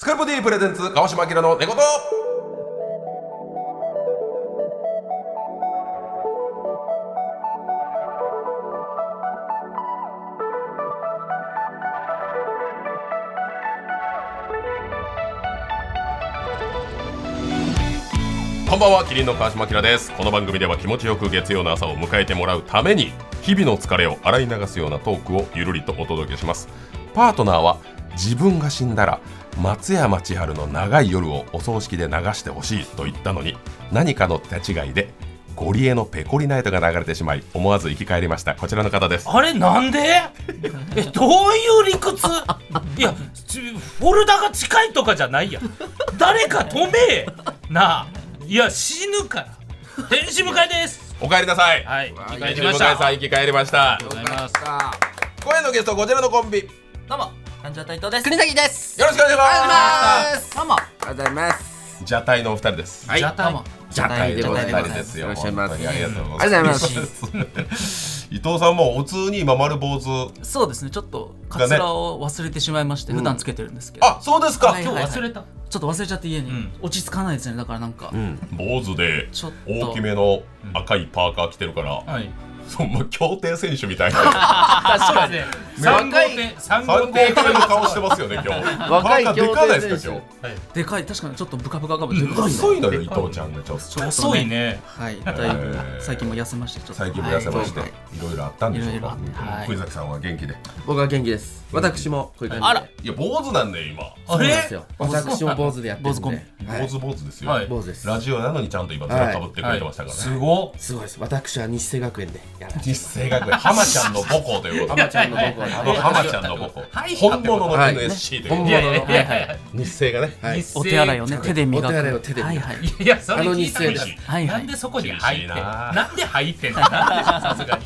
カルボディプレゼンツ川島明の寝言こんばんはキリンの川島明ですこの番組では気持ちよく月曜の朝を迎えてもらうために日々の疲れを洗い流すようなトークをゆるりとお届けしますパートナーは自分が死んだら松山千春の長い夜をお葬式で流してほしいと言ったのに何かの手違いでゴリエのペコリナイトが流れてしまい思わず生き返りましたこちらの方ですあれなんでえどういう理屈いやちフォルダが近いとかじゃないやん誰か止めなあいや死ぬから天使迎えですお帰りなさいはい生き返り天ま使した向井さん生き返りましたありがとうございます声のゲストこちらのコンビよどうも、なんちゃった伊藤です。国崎です。ろしくお願いしまます。どうも、ありがとうございます。すじゃたいのお二人ですじゃたいじゃたいでございまお二す人ですよいらっしゃいませ本当にありがとうごありざいがとうまござす伊藤さんもお通に今丸坊主そうですね、ちょっとカツラを忘れてしまいまして、普段つけてるんですけど、あそうですかはい今日忘れたちょっと忘れちゃって家に、ん落ち着かないですね、だからなんか、坊主でちょっと大きめの赤いパーカー着てるからはいそんな競艇選手みたいなそうですね三号艇三三号号艇艇の顔してますよね今日若いパーカーでかないですか競艇選でかい、確かにちょっとブカブカかもしれ今日ない。遅いのよ伊藤ちゃんがちょっと遅いねはい、だいぶ最近も痩せまして、ちょっと。最近も痩せましていはいろいろあったんでしょういろいろあかってはい小崎さんは元気で僕は元気です。私もこういう感じで。あら、いや坊主なんで今あそうれなんですよ。私も坊主でやってるん坊主コンビで。は坊い主坊主ですよはい坊主です。ラジオなのにちゃんと今ずらかぶってくれてましたからすねごすごいです。私は日生学園でやらせて。実生学園浜ちゃんの母校ということで浜ちゃんの僕は。あの浜ちゃんの母校本物のはい NSC という本こ物といでやいやいやいや日生がねはい。お手洗いをね、手で磨く。お手洗いを手ではい磨くはい。いやそれあの聞い日たこ生とだないはいはなんいで。そこに入ってん厳しいななんで入ってんのなんでさすが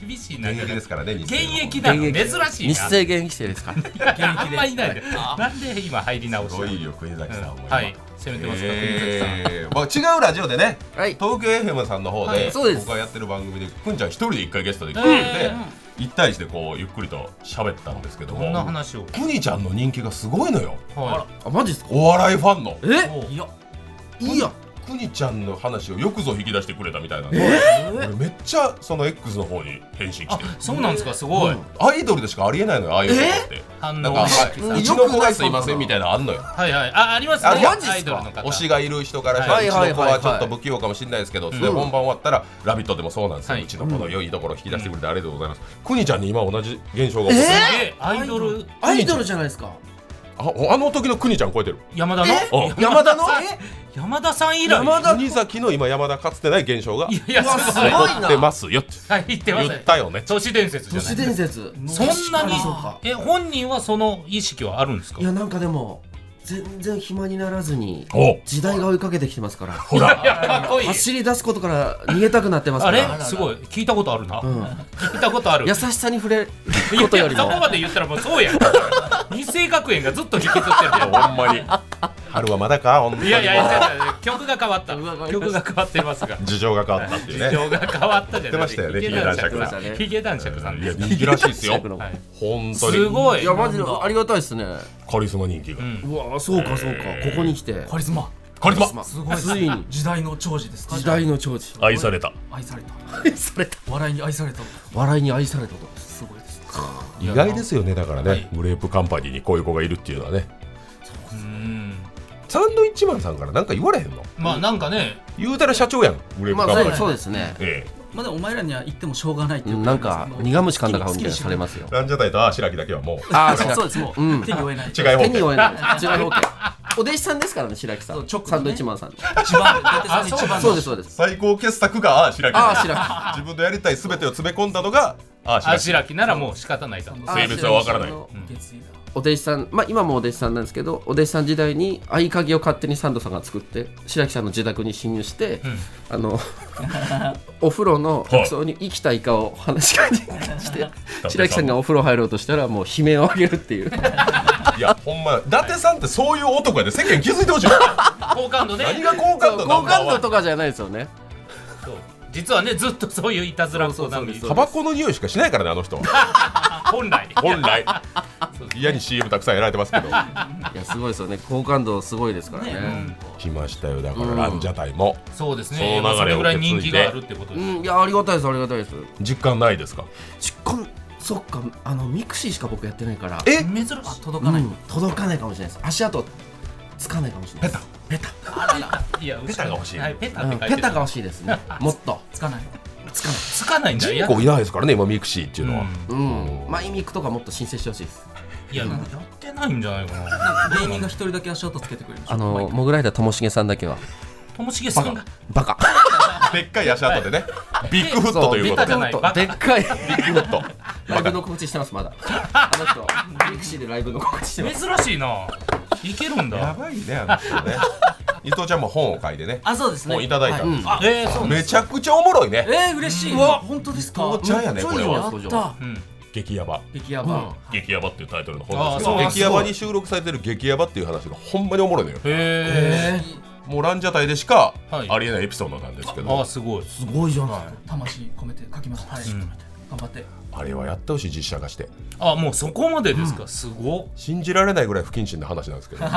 に厳しいな現役ですからね日現生の役なの珍しいな日生現役生ですか。あんまいないでなんで今入り直しすたごのいよ国崎さんもうん今はい攻めてますか国崎さんえーまあ違うラジオでねはい。東京 FM さんの方はでいそうです僕がやってる番組でくんちゃん一人で一回ゲストで来てくれて一対一でこうゆっくりと喋ったんですけどこんなも話をくにちゃんの人気がすごいのよはあ、マジですか。お笑いファンのえ、いやいいやん。くにちゃんの話をよくぞ引き出してくれたみたいな俺めっちゃその X の方に返信来あてそうなんですかすごいアイドルでしかありえないのよああいうことって反なん応かははいうちの子がすいませんみたいなのあんのよいはいあありますねあマジっすかアイドルの方推しがいる人からしたら、はうちいの子はいははいちょっと不器用かもしれないですけど、それで本番終わったら「ラビット!」でもそうなんですよ、はいうちの子の良いところを引き出してくれてありがとうございます、くにちゃんに今同じ現象が起きてる、えアイドルアイドルじゃないですか。ああの時のくにちゃん超えてる山田のうん山田の。山田さん以来山田。国崎の今山田かつてない現象がい起やいやうわすすごごいいこってますよってはい言ってま言すったよね都市伝説じ都ゃ市ない伝説。そんなにそうかえ本人はその意識はあるんですかいや、なんかでも。全然暇にならずに。お時代が追いかけてきてますから。ほらいやかっこいい走り出すことから逃げたくなってますあかれら。すごい聞いたことあるなうん聞いたことある優しさに触れるいやことよりそこもまで言ったらもうそうやん二世学園がずっと引きずってるやほんまに春はまだかほんまんにいやいやいやいや曲が変わったうわ変わりま曲が変わってますが事情が変わったっていう事ね情が変わったじ言ってゃなまいしたよね髭男爵さんヒゲ男爵さんいでやすか人気らしいです よいはい本当すにごいやマジでありがたいですねカリスマ人気が、んうわそうかそうかここに来てカリスマ。カリスマすごいついに時代の長寿ですか。時代の長寿愛された愛された。愛された笑いに愛された。笑いに愛されたとすごいです。意外ですよねだからね、グレープカンパニーにこういう子がいるっていうのはねうんサンドイッチマンさんからなんか言われへんのまあなんかね言うたら社長やんグレープまカンパニー、あそうですねえまあでもお前らには言ってもしょうがないっていうなんか苦虫噛んだ顔みたにいなのされますよえランジャタイとあしらきだけは もうあそうーそうですもう、うん手に負えない一違い手方にで負えない違う方向お弟子さんですからね白木さんそう直のねサンドイッチマンさんの番伊達さんの一番そうですそうです最高傑作があしらきあー白自分のやりたい全てを詰め込んだのがああししららきならもう仕方ないだろう木性別はわからないあー白木さんのん月曜お弟子さんまあ今もお弟子さんなんですけどお弟子さん時代に合鍵を勝手にサンドさんが作って白木さんの自宅に侵入して、あの お風呂の浴槽に生きたイカを話しかけてして白木さんがお風呂入ろうとしたらもう悲鳴を上げるっていうきいやほんま伊達さんってそういう男やで世間気づいてほしい好感度ね何が好感度な好んだ感度とかじゃないですよねそう実はねずっとそういういたずらっ子なんでそうそうそうそうタバコの匂いしかしない からねあの人は本来本来嫌に CM たくさんやられてますけどいややすごいですよね好感度すごいですからねね来ましたよだかうらんランジャタイもそうでそすの流れねをまあそれぐらい人気があるってことうです、んいやありがたいですありがたいです実感ないですか実感そっかあのミクシーしか僕やってないからえ珍しいあ届かない、うん届かないかもしれないです足跡つかないかもしれないですあららいや後ろペタが欲しいはいペタうっんて書いてるペタが欲しいですねもっとつかないつかないつかないんだ人や口いないですからね今ミクシーっていうのは、うんマイミクとかもっと申請してほしいですいややってないんじゃないかなんなか芸人が一人だけ足跡つけてくれるでしょあの毎回モグライダーともしげさんだけはともしげさんがバカでっかい足跡でねビッグフットということビッグフットじでゃないでバっカかいビッグフットライブの告知してますまだあの人ミクシーでライブの告知してます珍しいないけるんやだばいねあの人ね伊藤ちゃんも本を書いてねあそうです本ねいただいたんですあえー、そうめちゃくちゃおもろいねえー、嬉しいわ本当ですか父ちゃんやねこれめっちゃいいはわやったうん激ヤバ激ヤバ激ヤバっていうタイトルの本なんですあけーそどう激ヤバに収録されてる激ヤバっていう話がほんまにおもろいのよへえもうランジャタイでしかはいありえないエピソードなんですけあどあすごいすごいじゃない魂込めて書きますはい、ん頑張ってあれはやってほしい実写化してあもうそこまでですか、すごっ信じられないぐらい不謹慎な話なんです けどもう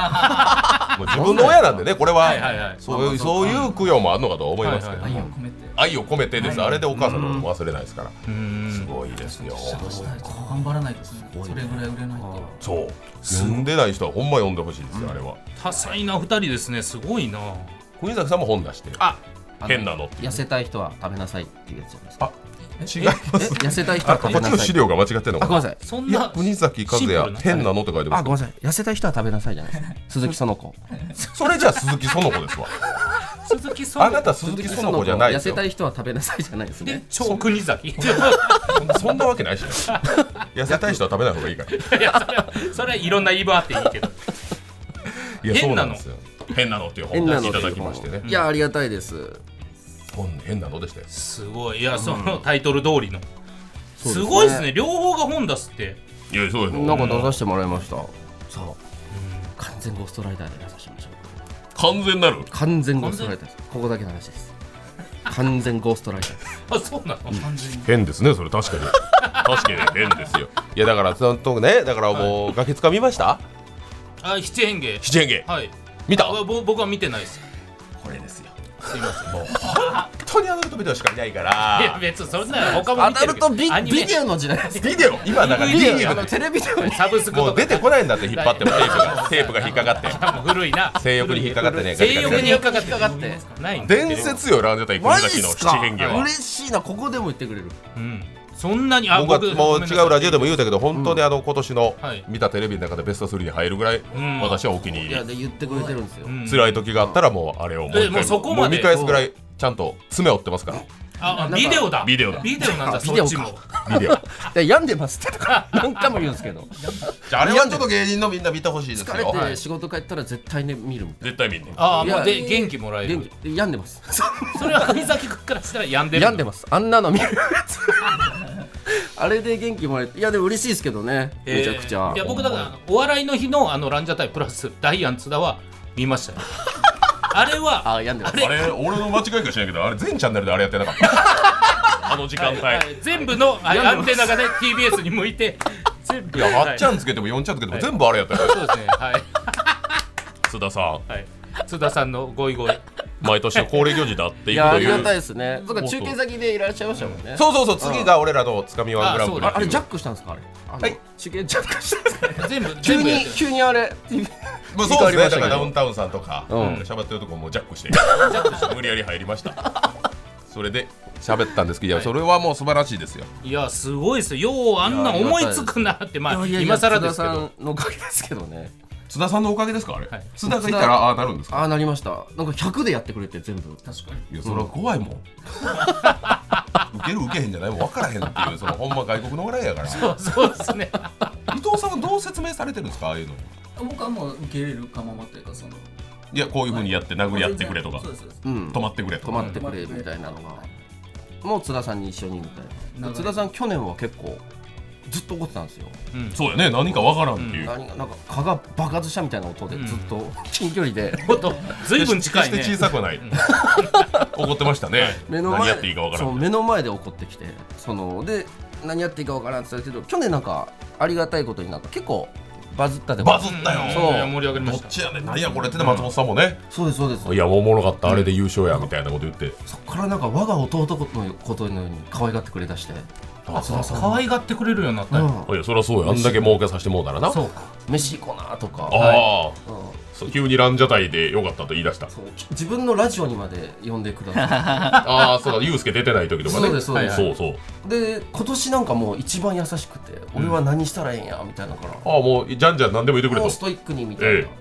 自分の親なんでねこれははいはいはいそういうそういう供養もあるのかとは思いますけどはい愛はを込めて愛を込めてですはいあれでお母さんのことも忘れないですからうーすんごいですよ試写化したいと頑張らないですねそれぐらい売れないとそう読んでない人はほんま読んでほしいですよあれは多彩な二人ですねすごいな国崎さんも本出してあ変なのって痩せたい人は食べなさいっていうやつじゃないですか違います 痩せたい人あはこ食っべちなのさ資い料が間違ってんのかあごめんななさいそんいやな国崎和シンプル也な変なのって書いてまあすごめんなさい痩せたい人は食べなさいじゃないですか鈴木園子 それじゃあ鈴木園子ですわ鈴木さあんなた鈴木園子じゃない痩ですせよたい人は食べなさいじゃない ですでね超国崎 いそんなわけ ないしね痩せたい人は食べない方がいいからやそれはそれはいろんな言い分あっていいけどいや変そうななんのですよ変なのっていう本変を出してなのいただきましてねいやありがたいです本変なのでしたよすごいいやそのタイトル通りの、うですねすごいですね両方が本出すっていやそうですなんよか出させてもらいましたそう完全ゴーストライダーで出させてもらいました完全なる完全ゴーストライダーですここだけの話です完全ゴーストライダーですあそうなの、完全に変ですねそれ確かに 確かに変ですよいやだからそのとねだからもうガキつかみましたあ七変化七変化はい見たあぼ僕は見てないですこれですよすいません本当にアダルトビデオしかいないかいやら別にそれなら他も ア見ダてるルけどトビアニメビデオの時代ですビデオ今だからビ DVD デあのオテレビデオにサブスクもとうか出てこないんだって引っ張ってもテープがテープが引っかかってもう古いな性欲に引っかかってね性欲に引っかかってガチガチガチないんだ伝説よランジャタイ国マジっ崎のす七か変化は嬉しいなここでも言ってくれるうんそんなにあ僕はもう違うラジオでもも言うたけど本当にあの今年のはい見たテレビの中でベスト3に入るぐらいん私はお気にい入やりで言ってくれてるんですよ辛い時があったらもうあれをもう一えもうそ回こもうまで見返すぐらいちゃんと爪を追ってますからああビデオだビデオだビデオなんだあビそデオっかちもビデオで病んでますってとか何回も言うんですけどじゃああれはちょっと芸人のみんな見てほしいです 疲れよて仕事帰ったら絶対ね見るみたい絶対見んねああいやもうで元気もらえでるで病んでますそれは国崎君からしたら病んでる病んでますあんなの見るやつ あれで元気もらえていやでも嬉しいですけどねめちゃくちゃえーいや僕だからお笑いの日のあのランジャタイプラスダイアン津田は見ましたよあれはあ病んでますあれ俺の間違いかしないけどあれ全チャンネルであれやってなかった あの時間帯はい全部のはいアンテナがね TBS に向いて全部いやは8いちゃんつけても4ちゃんつけても全部あれやったよそうですねはい津田さんはい津田さんのゴイゴイ毎年の恒例行事であってい いくやあとりいがうたいですねそうか中継先でいらっしゃいましたもんねそうそうそう次が俺らのつかみワングランプリああれジャッククしたんですかあれあのはい中継ジャックしたんですか全部急全部やっにてる急にあれそうですねだジャックありましかたけらどダウンタウンさんとかうん喋ってるとこもうジャックして無理やり入りました それで喋ったんですけどいやそれはもう素晴らしいですよいやすごいですよようあんな思いつくなってまあ今更ですけ津ど田さんのおかげですけどね津田さんのおかげですかあれはい津田がいたらああなるんですかああなりましたなんか100でやってくれて全部確かいにやそれは怖いもん 受ける受けへんじゃないもん分からへんっていうそのほんま外国のお笑いやからそうそうですね伊藤さんはどう説明されてるんですかああいうの僕はもう受け入れるかままというかそのいやこういうふうにやって殴り合ってくれとかそうですそうですうん止まってくれとか止まってくれみたいなのがもう津田さんに一緒にみたい流なれ津田さん去年は結構ずっと怒ってたんですよそうやね何か分からんっていう何がなんか蚊が爆発したみたいな音でずっと 近距離でもっとずいぶん近いね決して小さくはない 怒ってましたね目の何前やっていいか分からそうん目の前で怒ってきてそので何やっていいか分からんって言ったけど去年なんかありがたいことになんか結構バズったでバズったよそういや盛り上がりまどしったちやねん何やこれってね松本さんもね、そうですそうですいやおもろかったあれで優勝やみたいなこと言って、そっからなんか我が弟のことのように可愛がってくれだしてあ松田さん可愛がってくれるようになったよ、ういやそりゃそうやあんだけ儲けさせてもうたらなそうか飯行こうなとかああ、はいうんそう急にランジャタイでよかったと言い出したそう自分のラジオにまで呼んでくださああそうだユうスケ出てない時とかねそうですそうですそうそういで今年なんかもう一番優しくて俺は何したらええんやみたいなのから、ああもうじゃんじゃん何でも言ってくれもとうストイックにみたいな、えで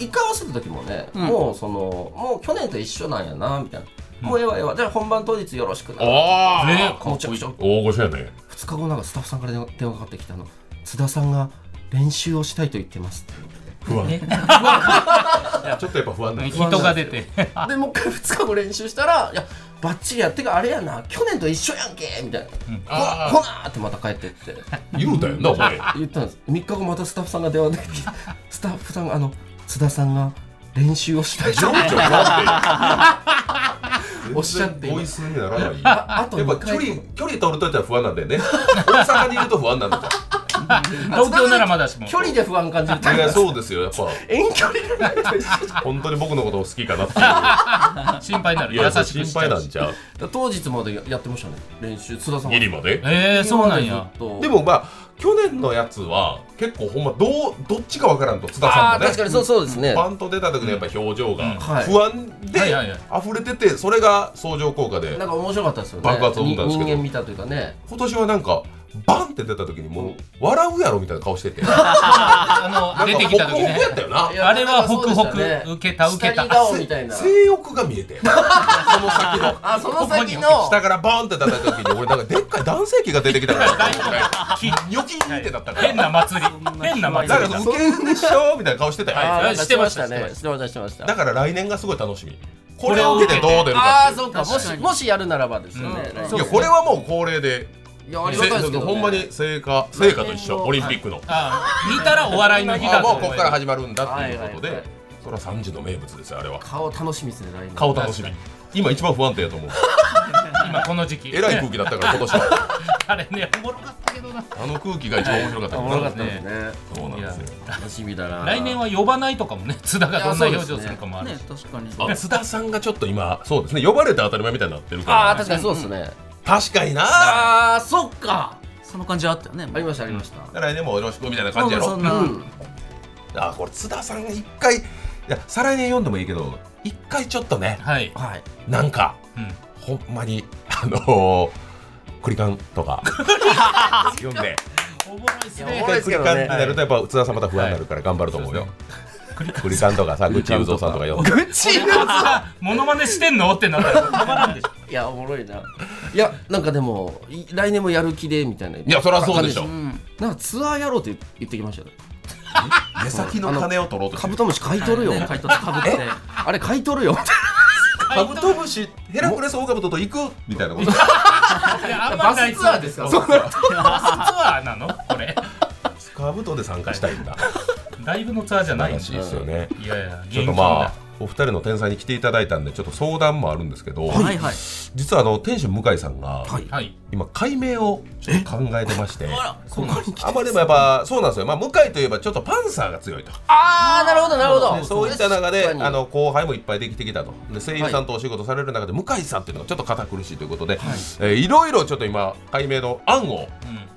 一回合わせた時もね、うんもうそのもう去年と一緒なんやなみたいな、もうええわええわじゃあ本番当日よろしくなああ、ねもうちょくちょく大御所やね2日後なんかスタッフさんから電話電話かかってきたの津田さんが練習をしたいと言ってますって不安えちょっとやっぱ不安だね人が出てでもう一回2日後練習したら「いやバッチリやってかあれやな去年と一緒やんけ」みたいな「ほなあほなーってまた帰ってってあ言うたよなお前言ったんです3日後またスタッフさんが電話できてスタッフさんがあの津田さんが練習をしたいとおっしゃっていボまイすスにならないあとやっぱ2距離回距離とるとじゃ不安なんだよね大阪にいると不安なん だよ東京ならまだしも距離で不安感じるいやそうですよやっぱ遠距離で本当に僕のことを好きかなって心配になるいうい優やし心くしち配ゃなうんちゃう当日までやってましたね練習津田さんギリまでえー、そうなんやででももまあ去年のやつは結構ほんまどうどっちかわからんと津田あさんがあね確かにそうそうですねバンと出た時のやっぱ表情うがんはい不安ではいはいはい溢れててそれが相乗効果でなんか面白かったですよね爆発音なんですけど人間見たというかね今年はなんかバンって出た時にもう笑うやろみたいな顔しててあの出てきた時なんかホクホねクやったよないやあれはホクホなんかそうでしたクね受けた受け下着た顔みたいな性欲が見えてその先のあその先の下からバーンって叩いた時に俺なんかでっかい男性器が出てきたからきニョキンってなったから変な祭りんな変ななん祭かりだウケるでしょみたいな顔してたよあーあないんつかしてましたねしてましたしてましただから来年がすごい楽しみこれを受けてどう出るあかあっていそうかも確かしにもしやるならばですよね、うういん来年やこれはもう恒例でいやありがたいですけど、ね、ほんまに成果成果と一緒オリンピックのあ見たらお笑いの日あだともうこ思こえからば始まるんだっていうことはいはいではいそれは3時の名物ですよあれは顔楽しみですね来年顔楽しみ今一番不安定や と思う今この時期えらい空気だったから今年は あれねおもろかったけどなあの空気が一番面白かった おかもらろかったですねそうなんですよ楽しみだな来年は呼ばないとかもね津田がどんないや表そ情うですねするかもあるし、ね確かにあ津田さんがちょっと今そうですね呼ばれて当たり前みたいになってるああか確かにそうですね、ら確かになああそっかその感じあったよねありましたありました、来年もよろしくみたいな感じやそろんな、うんあこれ津田さんが一回いや再来年読んでもいいけど一回ちょっとねはい、はいなんかうん、ほんまにあのー、クリカンとか 読んでおもろいっすいねや一おもろい回でクすけリどカねンってなるとやっぱ津田さんまた不安になるから頑張ると思うよ、クリカンとかさ口雄三さんとか読んで愚痴モノマネしてんのってなったらたまらんでしょいやおもろいないやなんかでもい来年もやる気でみたいないいやそりゃそうでしょうん、なんかツアーやろうって言ってきましたよ目先の金を取ろうとしてカるブトムシ買い取るよ、ね買い取ってかぶってあれ買い取るよカブトムシヘラクレスオオカブトと行くみたいなこといやあんまないバスツアーですかそうバスツアーなのこれカブトで参加したいんだライブのツアーじゃないのらしいですよねいやいや現ちょっ金とだ、まあお二人の天才に来ていただいたんでちょっと相談もあるんですけど、はいはい実はあの店主向井さんが、はいはい今解明をちょっと考えて ましてあそうなんですまあでもやっぱそうなんですよ、まあ、向井といえばちょっとパンサーが強いとああなるほどなるほどでそういった中で確かにあの後輩もいっぱいできてきたとで声優さんとお仕事される中で、向井さんっていうのがちょっと堅苦しいということで、いえーいろいろちょっと今解明の案を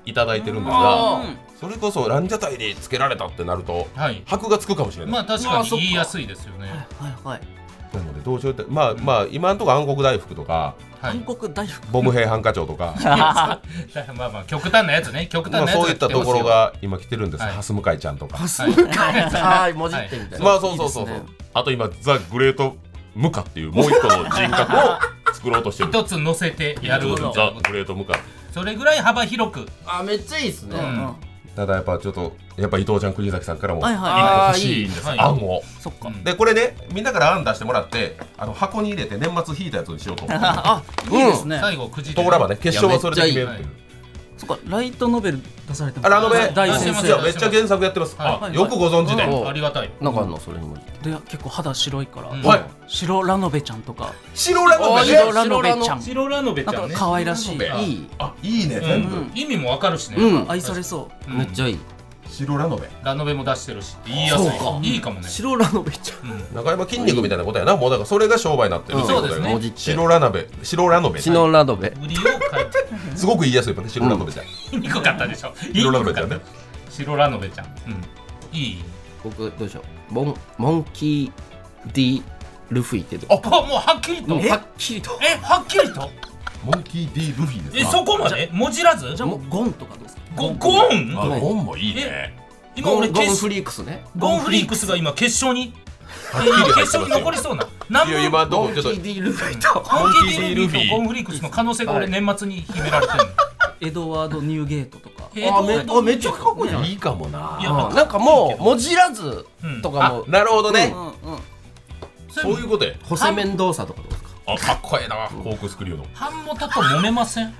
いただいてるんですが、あそれこそランジャタイにつけられたってなるとうんはい箔がつくかもしれない、まあ確まかあにそっか言いやすいですよね、はいはいなのでどうしようってまあまあ今んところ暗黒大福とかはい韓国大福ボム兵ハンカチョウと か。だ からまあまあ極端なやつね極端なまあ、やつそういったところが今来てるんです、はいハス向井ちゃんとか、 はいもじってみたいな、まあそうそうそうそういいですねあと今ザ・グレート・ムカっていうもう一個の人格を作ろうとしてる一つ乗せて やるザ・グレート・ムカそれぐらい幅広くあめっちゃいいですね、うんただやっぱちょっとやっぱ伊藤ちゃん国崎さんからもはい一は個あ欲しいんです、はい案をいそっか、うんでこれねみんなから案出してもらってあの箱に入れて年末引いたやつにしようと思ってる あいいですね、最後くじで通らばね決勝はそれで決めるっていういやめそっかライトノベル出されてまあすラノベ大出先してますいやよ生めっちゃ原作やってます、はあいよくご存知で、はいありがたいなんかあんのそれにもで結構肌白いから、うんはい白ラノベちゃんとか白ラノベねえ白ラノベちゃん白ラノベちなゃんんねか可愛らしい、白ラノベいいあいいね全部、うん意味もわかるしね、うん愛されそううんめっちゃいいそ白ラノベラノベも出してるしって言いやすいそうかいいかもね白ラノベちゃんうん中山筋肉みたいなことやなもうだからそれが商売になってるってことやそうですなねおじって白ラノベ白ラノベシノラノベ売りを買いすごく言いやすいよね白ラノベじゃん 言いにくかったでしょ言白いラにノくベかじっゃたんね白ラノベちゃんうんいい僕どうしようモンモンキー・ディ・ルフィってどうあもうはっきりともうはっきりとえはっきりとモンキー・ディ・ルフィでえすそこまでもじらずじゃあもうゴンとかどうですかゴゴあンあゴンもいいね今ゴ俺ンゴン決フリークスねゴンフリークスが今決勝にはっきり入って決ますよ勝に残りそうな何いや今どモうンちキょっとー・ディ・ルフィとハンキー・ディルフィとゴゴンンフリークスの可能性が俺はい年末に秘められてるエドワード・ニューゲートとか えーあめどうあめっちゃかっこいいじゃんいいかもないやあなんかもうもじらずとかもなるほどねうんうんそういうことやホセメンドーサとかどうですかあかっこええなコークスクリューの版元と揉めません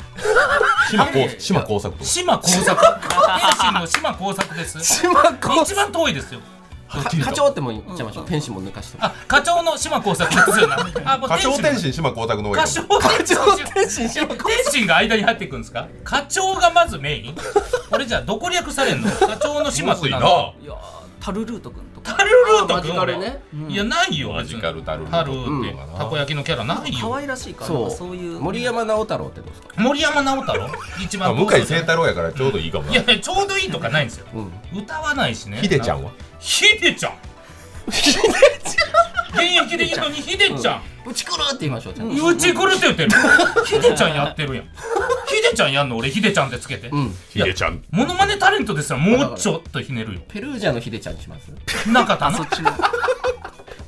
島こう島工作とか島工 作天心の島工作です島工一番遠いですよはっきりと課長っても言っちゃいましょうペンシも抜かしてもあ課長の島工作ですよなあもう課長天天心心島工作の課長天心天心島天心が間に入ってくんですか課長がまずメイン俺じゃあどこ略されんの課長の島島君すいななのいやータルルート君とかタルルートマジ君カルねいやないよマジカルタルルタルーっうんてたこ焼きのキャラない可よ愛らしいからなんそかうそういう森山直太朗ってどうですか森山直太朗一まあ番向井聖太郎やからちょうどいいかもいなやちょうどいいとかないんですようん歌わないしねヒデちゃんはヒデちゃん現役でいいのにヒデちゃんうちくるって言いましょうじゃあうち狂って言ってるヒデちゃんやってるやんヒデちゃんやんの俺ヒデちゃんってつけてうんヒデちゃんモノマネタレントですらもうちょっとひねるよペルージャのヒデちゃんにします中田あなそっ ちの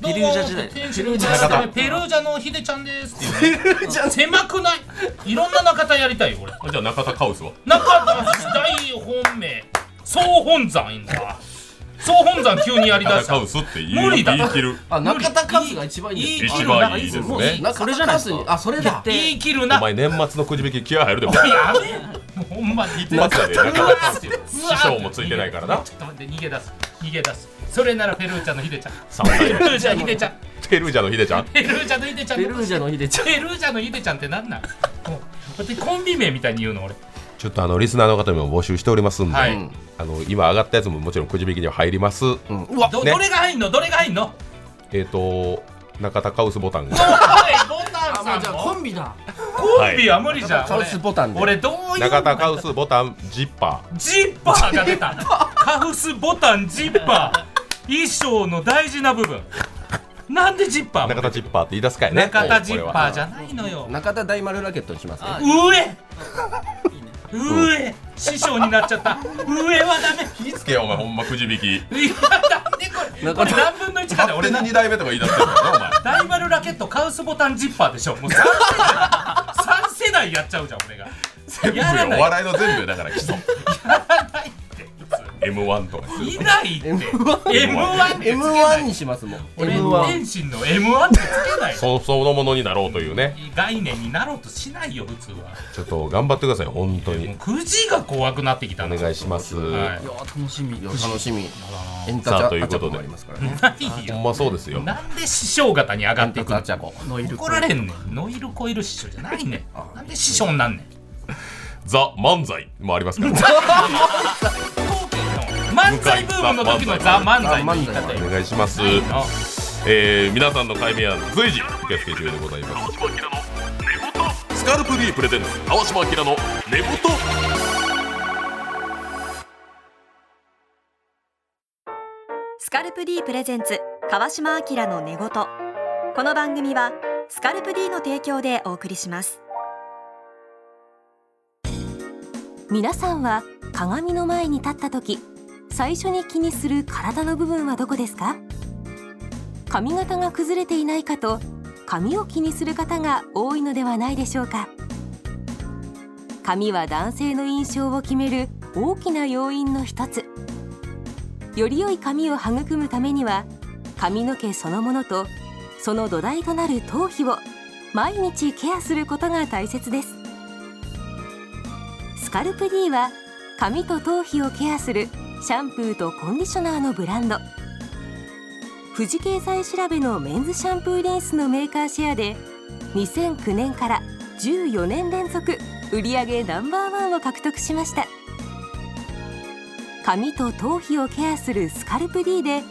ペルージャ時代ペルージャペルージャのヒデちゃんですっていうね 狭くないいろんな中田やりたいよ俺あじゃあ中田カウスは中田大本命総本山いいんだ総本山急にやりだ中田しカたウスって言無う理だ言い切るあ無理中田カズが一番いいんいでいす一よ番いいですもうねな中田カズにあそれだ決定言い切るなお前年末のくじ引き気合入るでもやべえもうほんまに一発やで中田カウスう師わ匠もついてないからなちょっと待って逃げ出す逃げ出すそれならペルージャのヒデちゃん三代ペルージャのヒデちゃんペルージャのヒデちゃんペルージャのヒデちゃんペルージャのヒデちゃんペルージャのヒデちゃんってなんなんもうだってコンビ名みたいに言うの俺ちょっとあのリスナーの方にも募集しておりますんで、はいあの今上がったやつももちろんくじ引きには入ります。うわどねどれが入んのどれが入んのえっ、と中田カウスボタンがおいボタンあもうじさゃんあもコンビだコンビは無理じゃんカウスボタンで俺どういう中田カウスボタンジッパジッパーが出たカフスボタンジッパー衣装の大事な部分なんでジッパーー中も田ジッパーって言い出すかいね中田ジッパーじゃゃないのよ中田大丸ラケットにしますねあ上いいね上師匠になっちゃった上はダメ気ぃつけよお前ほんまくじ引きいやだねこれこれ何分の1かで勝俺手なに2代目とか言い出すからなお前ダイバルラケットカウスボタンジッパーでしょもう3世代三世代やっちゃうじゃん俺が全部やらなよお い笑いの全部よだから基礎ないって普 M1 とかす通るいないって M1 ってつけない M1 にしますもん俺 M1 天心の M1 ってつけないそそのものになろうというね概念になろうとしないよ普通はちょっと頑張ってください本当もにうくじが怖くなってきたおな願いします、はいやー楽しみいや楽しみエンさタあとチいうャことでコもありますからねないほんよまそうですよなんで師匠方に上エがっンていタくのタチャコノイル怒られんねんノイルコイル師匠じゃないねんなんで師匠になんねんザ漫才もありますから漫才ブームの時のザ・漫才の言い方よお願いします、あえー、皆さんの解明案随時受付中でございます川島明の寝言スカルプ D プレゼンツ川島明の寝言スカルプ D プレゼンツ川島明の寝言この番組はスカルプ D の提供でお送りします皆さんは鏡の前に立った時最初に気にする体の部分はどこですか髪型が崩れていないかと髪を気にする方が多いのではないでしょうか髪は男性の印象を決める大きな要因の一つより良い髪を育むためには髪の毛そのものとその土台となる頭皮を毎日ケアすることが大切ですスカルプ D は髪と頭皮をケアするシャンプーとコンディショナーのブランド富士経済調べのメンズシャンプーリンスのメーカーシェアで2009年から14年連続売上ナンバーワンを獲得しました髪と頭皮をケアするスカルプ D で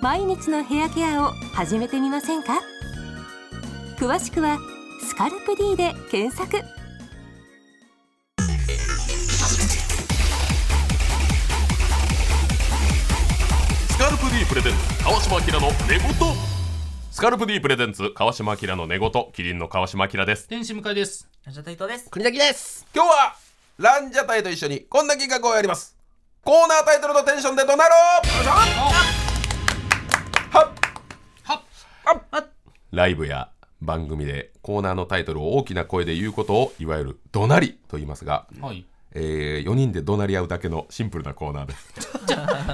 毎日のヘアケアを始めてみませんか詳しくは「スカルプ D」で検索スカルプ D プレゼンツ川島明の寝言スカルプ D プレゼンツ川島明の寝言キリンの川島明です天使向井ですランジャタイトです。国崎です今日はランジャタイと一緒にこんな企画をやりますコーナータイトルのテンションでどなろうはっライブや番組でコーナーのタイトルを大きな声で言うことをいわゆる怒鳴りと言いますが、はいえ4人で怒鳴り合うだけのシンプルなコーナーです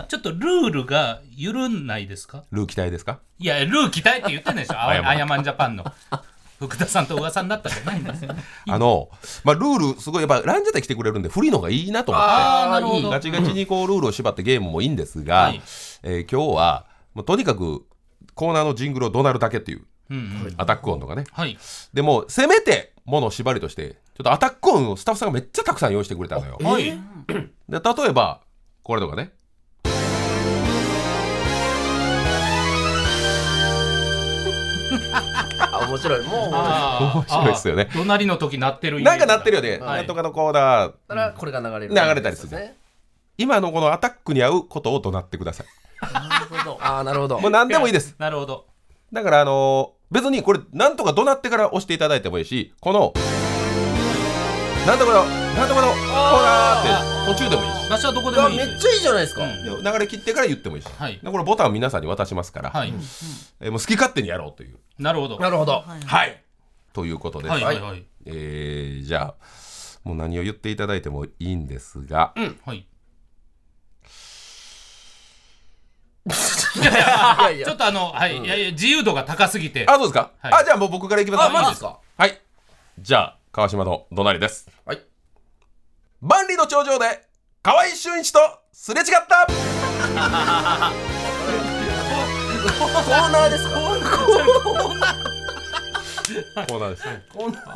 ちょっとルールが緩んないですかルー期待ですかいや、ルー期待って言ってんでしょ、あ謝るやあやまんジャパンの。福田さんと噂になったじゃないんですよ。あの、まあ、ルールすごいやっぱランジャタイ来てくれるんで古いのがいいなと思ってあーなるほどガチガチにこうルールを縛ってゲームもいいんですが、はいえー今日はもうとにかくコーナーのジングルをどなるだけっていううんうんアタック音とかねはい。でもうせめてものを縛りとしてちょっとアタック音をスタッフさんがめっちゃたくさん用意してくれたのよはい。で例えばこれとかねあ面白いもうあー面白いっすよねあー隣の時鳴ってるイメーなんジか鳴ってるよね、はいなんとかのコーナーだからこれが流れる流れたりするですね今のこのアタックに合うことを怒鳴ってくださいなるほどああなるほどもう何でもいいですなるほど。だからあのー別にこれなんとか怒鳴ってから押していただいてもいいしこのなんとかのなんとかのコーナーって途中でもいいし場所はどこであもいいめという。っちゃいいじゃないですか、うんで流れ切ってから言ってもいいし、はいでこれボタンを皆さんに渡しますから、はい。えーもう好き勝手にやろうというなるほど。なはるほどはいということで、いはいはい。えーじゃあもう何を言っていただいてもいいんですが、はい。いや ちいょっやとあの、はい。いやいや、自由度が高すぎてあ。そうですか、はいあじゃあもう僕からいきますあマジですかはいじゃあ川島の怒鳴りですはい万里の頂上で河合俊一とすれ違ったコーナーですかコーナーですね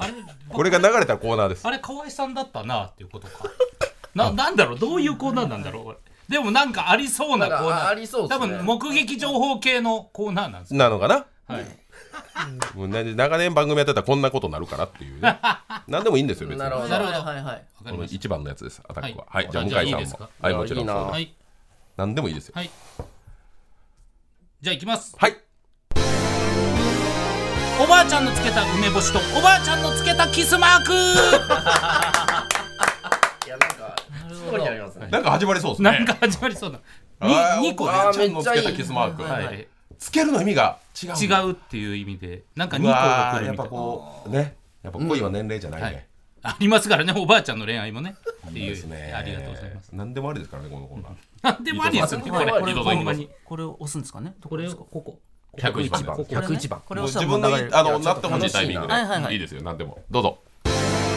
あれこれが流れたコーナーですあれ河合さんだったなっていうことか。 ななんだろうどういうコーナーなんだろうこれでもなんかありそうなコーナあー。ありそうで多すね分目撃情報系のコーナーなんですよ。なのかなはい。もうな長年番組やってたらこんなことになるからっていうね何でもいいんですよ別になるほどなるほどはいはいわかこりのまし一番のやつですアタックはははいい、じゃあ向井じゃあいいですさんかもはいいやもちろんいいなそうた。ではすい。何でもいいですよはい。じゃあ行きます。はいおばあちゃんのつけた梅干しとおばあちゃんのつけたキスマーク。いやなんかストーリーありますねなんか始まりそうですねなんか始まりそうな。あーに二個おでばああちゃんのつけたキスマークめっちゃは。はいつけるの意味が違うんだ違うっていう意味でなんか二う個がわ来ーるやっみたぱいな。こうねやっぱ恋は年齢じゃないはいね、ありますからねおばあちゃんの恋愛もね。っていですうねありがとうございます。何でもありですからねこのコーナーなん でもありですよねこれ。これほこれんまに。これを押すんですかね。これをどこここ。 101番ですか。ここ101番これもうを押し自たらも分のう流いあのなってほしれるいやちょっといタイミングで楽しいなはいはいはいいいですよ何でもどうぞ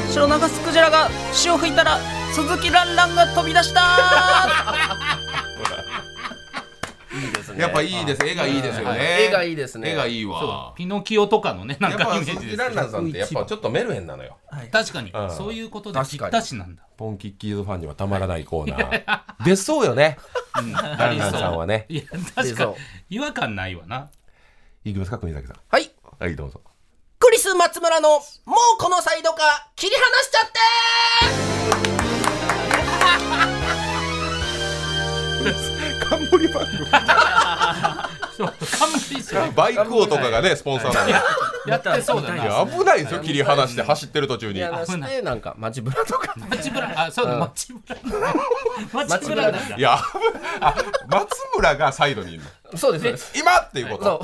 白長スクジラが潮吹いたら鈴木蘭蘭が飛び出したー。いいですねやっぱいいです絵がいいですよね絵がいいですね絵がいいそうわピノキオとかのねなやんっかぱイメージ鈴木です蘭けど蘭さんってやっぱちょっとメルヘンなのよ確かにうんそういうことでぴったしなんだポンキッキーズファンにはたまらないコーナー出そうよねあ蘭蘭さんはねいやで確そかうに違和感ないわな。いきますか国崎さんはいはいどうぞクリス松村のもうこのサイドカー切り離しちゃって冠番組そう完璧ですよね。バイク王とかがねスポンサーなのよやってそうだいな。や危ないですよ切り離して走ってる途中に切り離危しなてなんか街ブラとかマチブラ、あ、そうだ、マチブラ。マチブラなんだい。や、危あ松村がサイドにいるの。そうですそうです今っていうこそと。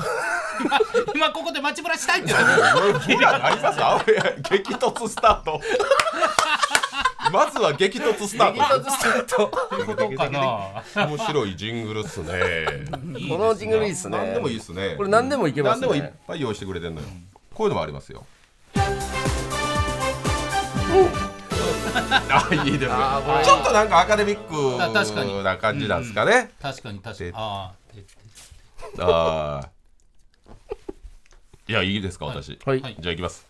今ここでマチブラしたいって言って ほら、なりますあいや激突スタート。まずは激突スタう激ー突するとることかな。ト。面白いジングルっすね。いいこのジングルいいっすね何でもいいっすね。これ何でもいけますね何でもいっぱい用意してくれてんのよ。こういうのもありますよ。あ、いいですね。あーこれちょっとなんかアカデミッあ確かにクな感じなんですかね。確かに確かに。あああ。いや、いいですか、私。はいはいじゃあいきます。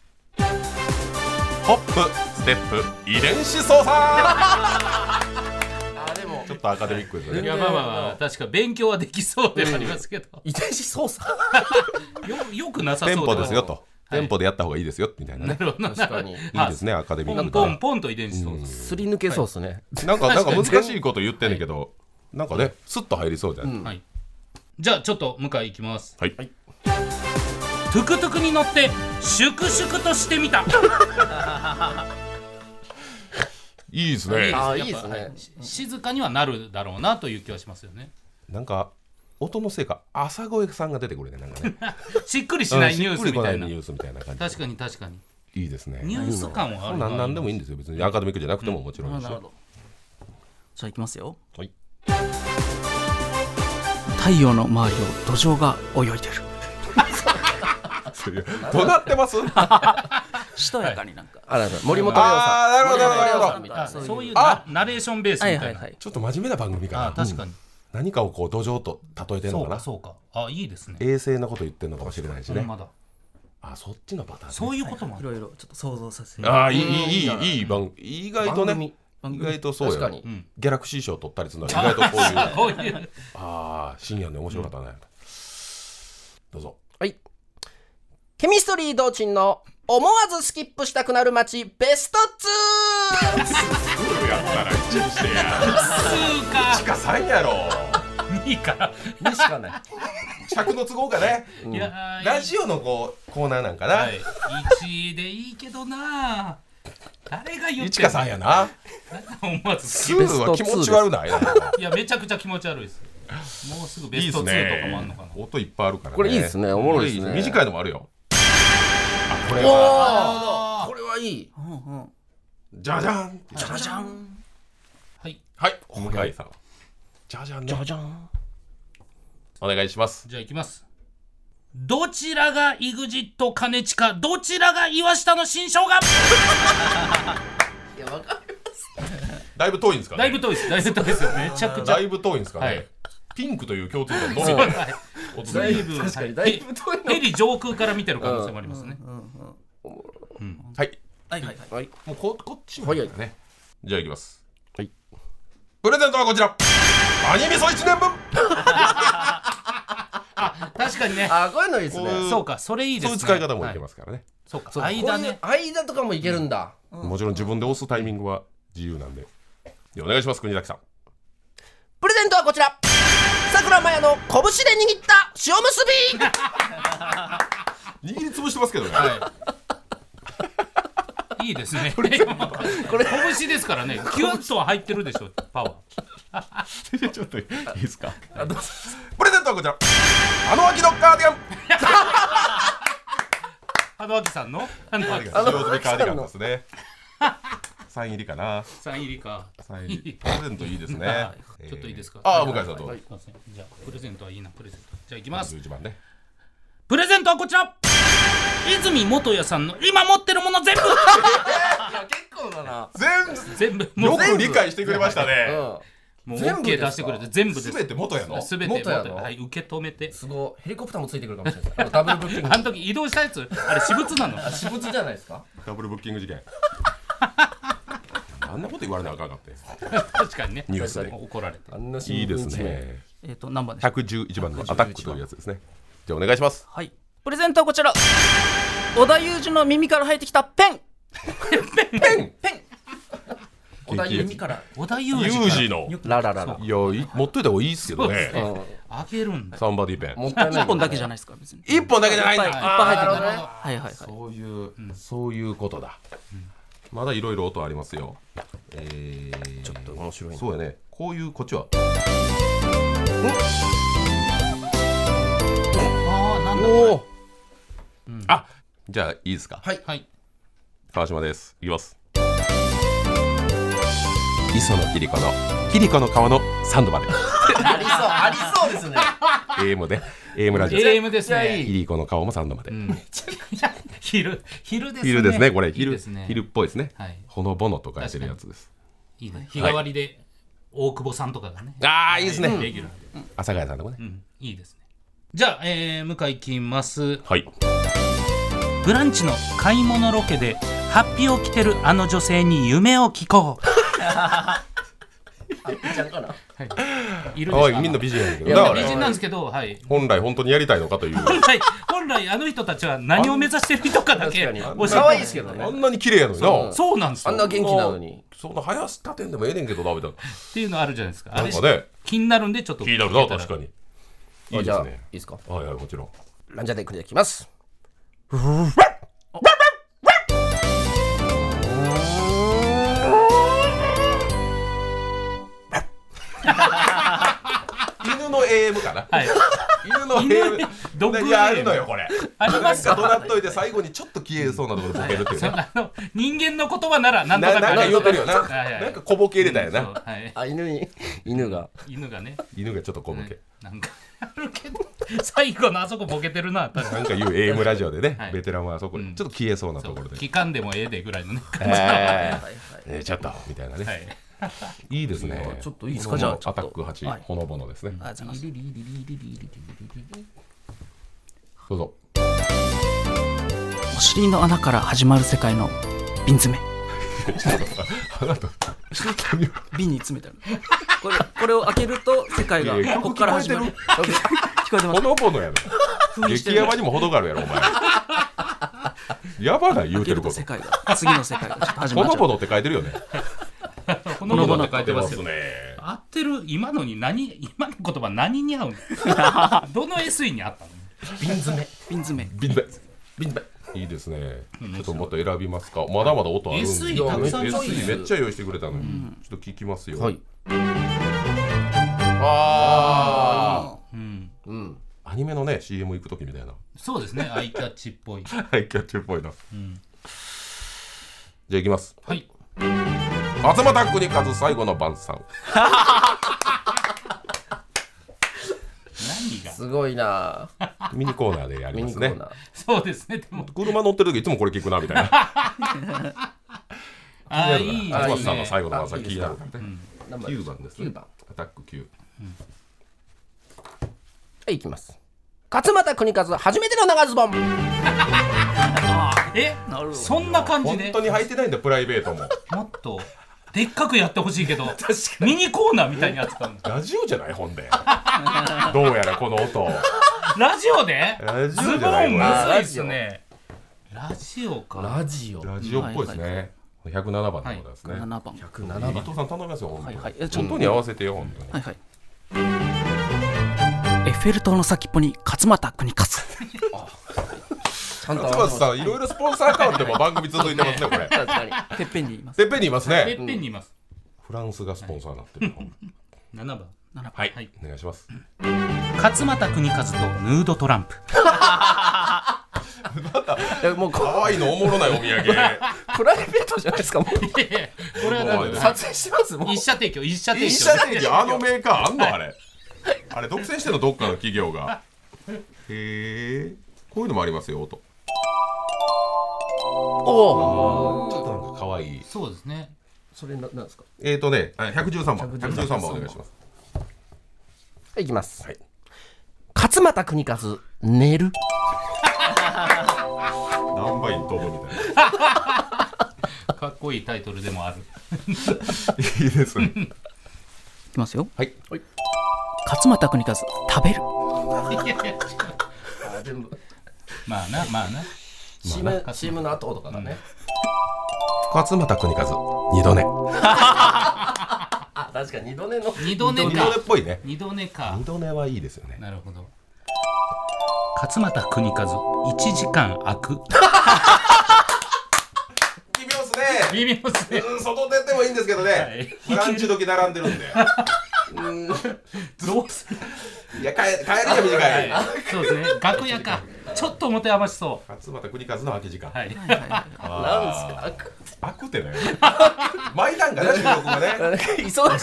ホップ、ステップ、遺伝子操作 あでもちょっっとアカデミックですよいね。やまあまあまあ確か勉強はできそうではありますけど、遺伝子操作よよくなさそう店な舗ですよと。店舗でやった方がいいですよみたいなね。なるほどな確かにいいですね、アカデミポッンクポかンポンと遺伝子操作すり抜けそうですね、ら。なんか、なんか難しいこと言ってんだけど、なんかね、スッと入りそうじゃん。はい。じゃあちょっと向井いきます。はい。トゥクトゥクに乗って粛々としてみた。いいですね。ああいやっいぱですねはし静かにはなるだろうなという気はしますよね。なんか、音のせいか、朝声さんが出てくるね、なんかね。しっくり しないニュースみたいなニ。ュースみたいな感じ。確かに確かに。いいですね。ニュース感はあるな。なんなんでもいいんですよ。別にアカデミックじゃなくてももちろんいいし。なるほどじゃあいきますよ はい。太陽の周りを土壌が泳いでるどなって ます？あしとやかになんか、あらら森本レオさあー、なるほどなるほどなるほど。あそういうあなナレーションベースみはいたはいいはな。いちょっと真面目な番組かあな。確かに。何かをこう土壌と例えてるそのうかかな。そうか。あいいですね。衛星なこと言ってるのかもしれないしね。まだ。あ、そっちのパターンね。そういうこともあいる。ろいろちょっと想像させてああ、いいいいいいいい番意外と番ね組。意外とそう確やかねに。んギャラクシー賞取ったりするのは意 外とこういう。あこういう。あー、深夜の面白かったね。どうぞ。んはいケミストリー道珍の思わずスキップしたくなる街ベストやったら一にしてや。数かしかさんやろ。二か。 2にしかない尺の都合かね。いやーラジオのこうコーナーなんかなは。い、1位でいいけどな誰が言っいちてんのか さんやな。思わずツーは気持ち悪ない。いやめちゃくちゃ気持ち悪いですもうすぐベいいでスすト2とかもあんねのかな。音いっぱいあるからね。これいいですねおもろいですねこれ短いのもあるよ。あこれはあこれはいいうんうんじゃじゃんって。じゃじゃんーはいはい、向井さん。じゃじゃんね。じゃんお願いします。じゃあいきますどちらが EXIT 兼近どちらが岩下の新生姜だいぶ遠いんですかね。だいぶ遠いですだいぶ遠いですよめちゃくちゃだいぶ遠いんですかはねい。ピンクという共通点のみではいおだ届いけ。ぶ確かにはだいぶ遠いなヘリ上空から見てる可能性もありますね、はい。はいはいはいはいもうここっちも早いね。じゃあいきます。はい。プレゼントはこちら。アニメ総一年分。確かにねあーこういうのいいですねこそうかそれいいでそうすいねう使い方もいけますからね。す、はいそうそうか間ねこういう間とかもいけるんだもちろん自分で押すタイミングは自由なんで。でお願いします、国崎さん。プレゼントはこちらさくらまやの拳で握った塩むすび握りつぶしてますけどね。はい。いいです ね。これ、拳ですからね。キュッとは入ってるでしょ、パワー。ちょっ といいですか。プレゼントはこちら。あの秋のカーディガン。門脇さんの門脇使用済みカーディガンです ね。サイン入りかな。さん入りか。。サイン入り。プレゼントいいですねちょっといいですかえーああ、向井さんどうぞはい。すいません。じゃあ、プレゼントはいいな、プレゼント。じゃあ、いきます。 11番ね。プレゼントはこちら泉元也さんの今持ってるもの全部全全部部もようく理解してくれましたうね。んもう全部 OK ですか出してくれて全部ですすべて元やの。すべて元元やのはい受け止めてすごいヘリコプターもついてくるかもしれないですダブルブッキングあの時移動したやつあれ私物なの私物じゃないですかダブルブッキング事件。 あんなこと言われなあかんかって。確かにねニュースで怒られてあんないいですね。えっ、と何番でしょう111番のアタックというやつですね。じゃあお願いします。はいプレゼントはこちら織田裕二の耳から入ってきたペンお題激アツ弓から織田裕ユ二ーからジの。いララララや、い持っといた方がいいですけどね。そううんあげるんだサンバディペン。もったいない1本だけじゃないですから別にいっ一本だけじゃないんぱいいっだ。ぱい入ってるなるほどはいはいはいそういう、そういうことだ。まだいろいろ音ありますよ。えー、ちょっと面白い。そうやね。こういうこっちは。ああなんだおおあ、じゃあいいですか。はいはい川島です。いきます。磯野キリコのキリコの川のサンドまで。ありそうありそうですね AM で AM ラジオ。キ AM ですねリコの顔もサンドまで。昼昼ですね昼ですね。これ昼いいですね昼っぽいですねはい。ほのぼのと書いてるやつです。いいね日替わりで大久保さんとかがねああいいですね。レギュラーで阿佐ヶ谷さんでもねう。んいいですねじゃあ、えー、向井いきますはい。ブランチの買い物ロケでハッピーを着てるあの女性に夢を聞こうちゃんかな。いるんでおすかいみんな美人やねんけどいだやか美ら人なんですけど、はい。本来本当にやりたいのかという本来、本来あの人たちは何を目指してる人かだけ教え確てかもに。ら可う愛いですけどあね。んなに綺麗やのになそうなんですよ。あんな元気なのに。そんな早し立てんでもええねんけどなみたいなっていうのあるじゃないですか。あなれんかね気になるんでちょっと気になるな確かにいいじでゃすあいいねですか。はいはいもちろんランジャタイクリアいきます。犬の AM かなはい。犬の犬 AM 毒 AM いやあるのよこれありますなんかか怒鳴っといて最後にちょっと消えそうなところでボケるっていうねあの人間の言葉ならなんとなかなんかな言うてるよなはいはいなんか小ボケ入れたよそうなはい、あ犬に 犬が犬がね、犬がちょっと小ボねケなんかあるけど最後のあそこボケてるな確かなんか言う AM ラジオでねはいベテランはあそこちょっと消えそうなところで聞かんでもええでぐらいのね感えーえーちょっとみたいなじはねいいいですねちょっといいですかじゃあちょアっとタック8はいほのぼのですねありがとうございますどうぞお尻の穴から始まる世界の瓶詰め瓶に詰めてあるこれこれを開けると世界がいやここから始まる聞こえてまほすのぼ のやろ激ヤバにも程があるやろお 前やばない言開うてけるることと世界が次の世界がちょっと始まほっのちゃうぼのって書いてるよねこのものって書いてますすよね合ってる今のに何今の言葉何に合う のどの SE に合ったの瓶詰め瓶で瓶でいいですねちょっともっと選びますかまだまだ音あるんで SE たくさん用意して SE るめっちゃ用意してくれたのにちょっと聞きますよはい。あうんうん。ーアニメのね CM 行く時みたいなそうですねアイキャッチっぽいはいキャッチっぽいなうんじゃあいきますはいアズマタックに勝つ最後の晩餐何がすごいな。ミニコーナーでやりミまニすコーねナー。そうですねでも車乗ってる時いつもこれ聞くなみたいなあー いいアズマですさんのね最後の晩餐気になるナンバー9番ですね九番。アタック9はい、いきます。勝俣国和、初めての長ズボン。えそんな感じ本で当に履いてないんだプライベートももっとでっかくやってほし いけどミニコーナーみたいにやってたのラジオじゃない本でどうやらこの音ラジオでラジズボオンじゃないこれむずいっすねラジオかラジオ。ラジオっぽいですね107番の方ですね、 7番107伊番。藤さん頼みますよ本当に、はいはいえちょっと本当に合わせてよ本当にはいはいエッフェル塔の先っぽに勝俣国勝ちゃんと合勝俣さわせます。んいろいろスポンサーアカウントも番組続いてますねこれ確かに。てっぺんにいますてっぺんにいますてっねぺんにいますフランスがスポンサーになってる7番はい、はいお願いします勝俣国和とヌードトランプいやもうこ可愛いのおもろないお土産プライベートじゃないですか。もう これはもうなんだ撮影してます。もう一社提供一社提供一社定期あのメーカーあんのあれあれ独占してるのどっかの企業がへえこういうのもありますよ音ちおょお。っとなんか可愛いそうですねそれななんですか。えーとね、あ113番、113番お願いします。はい、いきます。はい勝俣国和、寝る。何倍に飛ぶみたいな。かっこいいタイトルでもある いいですね。いきますよはい。勝俣国和食べるあ、全部。まあなまあな CM, CM の後とかだね。勝俣邦和、二度寝。あ、確かに二度寝の。二度寝二度か寝っぽいね。二度寝か二度寝はいいですよね。なるほど勝俣国和一時間空く微妙ですね。微妙ですねうん、外出てもいいんですけどはいね。ブランチ時並んでるんで。どうするいや、帰帰りが短い。そうですね楽屋かちょっと持て余しそ勝俣邦和の空き時間。うはいあなんすか。ー空くてね。毎段がね、収録がね。 忙しい人なん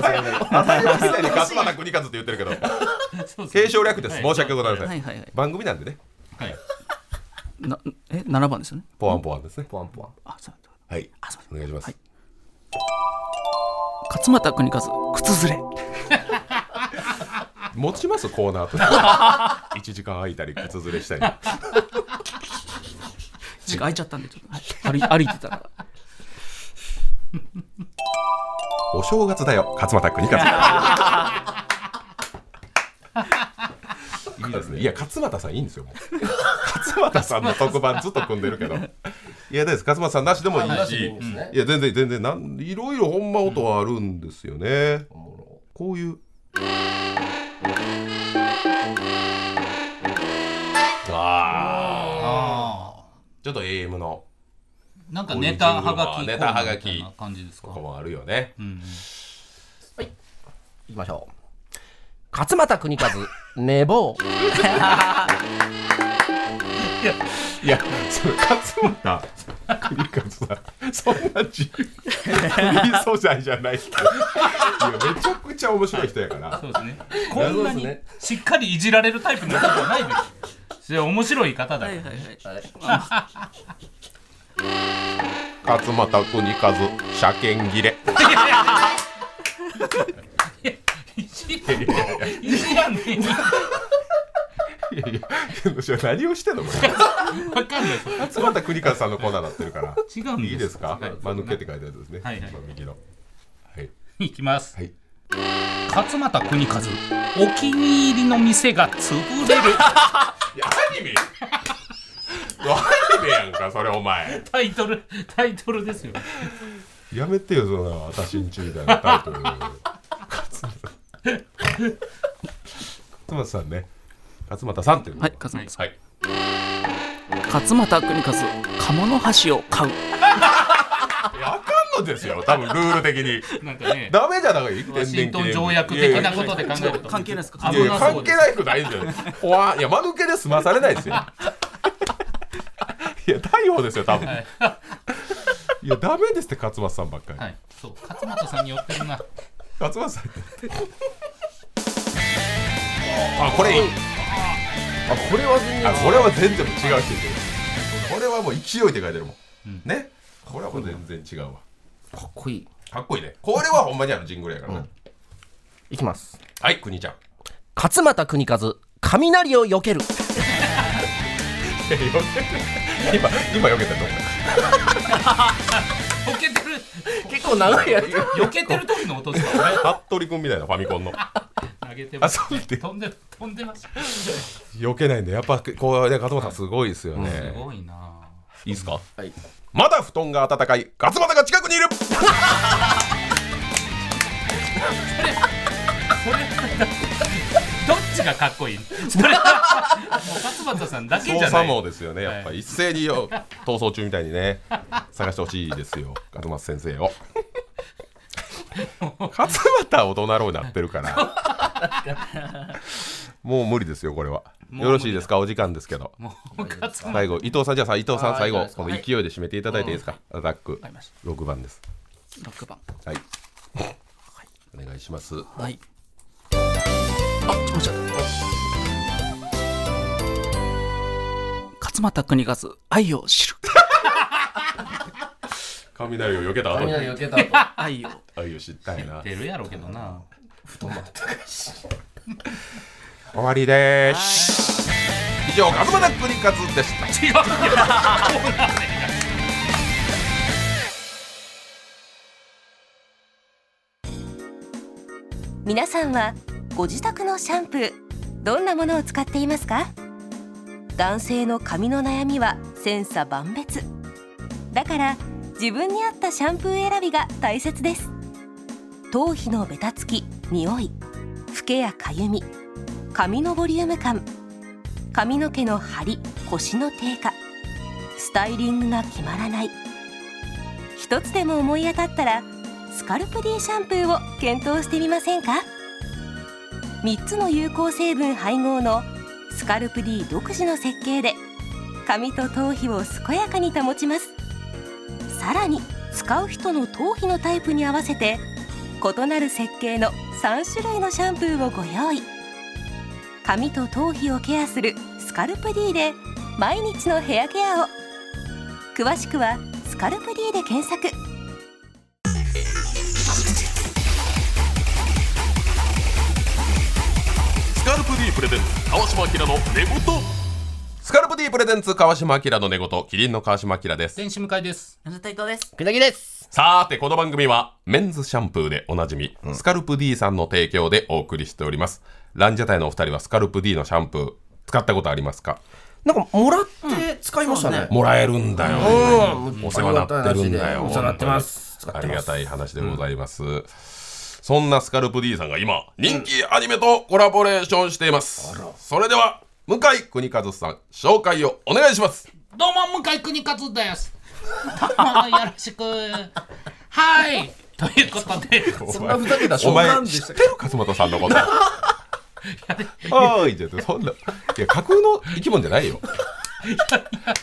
ですよね。当たり前みたいに勝俣邦和って言ってるけど。そうですね継承略です。申し訳ございまはせいん。はいはい番組なんでね。はいなえ7番ですよねポワンポワンですね。ポワンポワン。あそうだはい。あそうおだ願いします。勝俣国和靴ずれ持ちますコーナーとして 1時間空いたり靴ずれしたり時間空いちゃったんでちょっと、はい、歩い歩いてたらおお正月だよ勝俣君に勝俣いいですねいや勝俣さんいいんですよもう勝俣さんの特番ずっと組んでるけどいやです勝俣さんなしでもいいし、いや全然全然なんいろいろほんま音はあるんですよね、こういうあああちょっと AM のーなんかネタはがこういうきネタはがきコーナーみたいな感じですとかかもあるよねうんいきましょう勝俣国和寝坊いや、その勝俣国和さん、そんな自由な素材じゃない人。いや、めちゃくちゃ面白い人やから。そうですね。 こんなにしっかりいじられるタイプの人じゃないです。それ面白い方だはかいら。はいはい勝俣国和、車検切れ。いじらんねいじらんねいやいや、何をしてんの、これ。わかんない。勝俣国和さんのコーナーになってるから。違うんです。いいですか違う。間抜けって書いてあるやつですね。はいはいまあ右の。はい。いきます。はい。勝俣国和。お気に入りの店が潰 れる。いや、アニメ。アニメやんか、それ、お前。タイトル、タイトルですよ。やめてよ、そんな、私んちみたいなタイトル。勝俣さんね。勝俣さんっていうの。はい勝俣さはい。勝俣邦和鴨の橋を買ういやあかんのですよ、多分ルール的に。なんかね。ダメじゃないから、ワシントン条約的なことで考えると。関係ないですかいやい危やなそ関うで係す。ないくないんですよ。ほわいや、間抜けで済まされないですよ。 いや、逮捕ですよ、多分。はいい、や、ダメですって、勝俣さんばっかり。はい、そう、勝俣さんに寄ってるな。勝俣さん。 あ、これいい。あこれは全あこれは全然違う人いてるこれはもう勢いで書いてるもん、ねこれはもう全然違うわかっこいいかっこいいねこれはほんまにあのジングルやからな、いきますはい国ちゃん勝俣国和雷を避ける今今よけたと思 避けてる、結構長いやつ避けてる時の音ですか。う服部君みたいなファミコンの投げ てあます。そうって飛んで、飛んでました。避けないんでやっぱこうね加藤さんすごいですよね、すごいな。いいっすか、いまだ布団が暖かい勝俣が近くにいるそれどっちがかっこいいそれはもう勝俣さんだけじゃ捜な査い網ですよねやっぱり一斉によ逃走中みたいにね探してほしいですよ勝俣先生を勝俣は大人ろうになってるからもう無理ですよこれはもう無理だよろしいですかお時間ですけどもう勝俣最後伊藤さんじゃあさ伊藤さんあー最いい後ですかこの勢いで締めていただいていいですか、アタックかりまし6番です6番はいお願いしますはいあ間違った勝俣邦和愛を知る雷を避けた後に避けた愛を愛を知ったいな出るやろうけどな終わりでーす以上勝俣国勝でした違うよ皆さんはご自宅のシャンプーどんなものを使っていますか男性の髪の悩みは千差万別だから自分に合ったシャンプー選びが大切です頭皮のベタつき匂いフけやかゆみ髪のボリューム感髪の毛の張り腰の低下スタイリングが決まらない一つでも思い当たったらスカルプ D シャンプーを検討してみませんか3つの有効成分配合のスカルプ D 独自の設計で髪と頭皮を健やかに保ちますさらに使う人の頭皮のタイプに合わせて異なる設計の3種類のシャンプーをご用意髪と頭皮をケアするスカルプ D で毎日のヘアケアを詳しくは「スカルプ D」で検索スカルプ D プレゼンツ川島明の寝言スカルプ D プレゼンツ川島明の寝言キリンの川島明です選手向かいです吉田伊藤です国崎ですさーて、この番組は、メンズシャンプーでおなじみ、スカルプ D さんの提供でお送りしております。ランジャタイのお二人はスカルプ D のシャンプー、使ったことありますかなんかもらって使いましたね。もらえるんだよ。うんお世話になってるんだよ。お世話になってます。使あっりてまがす。たい話でございます。そんなスカルプ D さんが今、人気アニメとコラボレーションしています。それでは、向井邦和さん、紹介をお願いし ます。どうも向井邦勝です。どうもよろしく。はい。ということで、そんふざけたお商前談で知しったてる勝俣さんの こと。はーいじゃなくてそんな。いや、架空の生き物じゃないよ。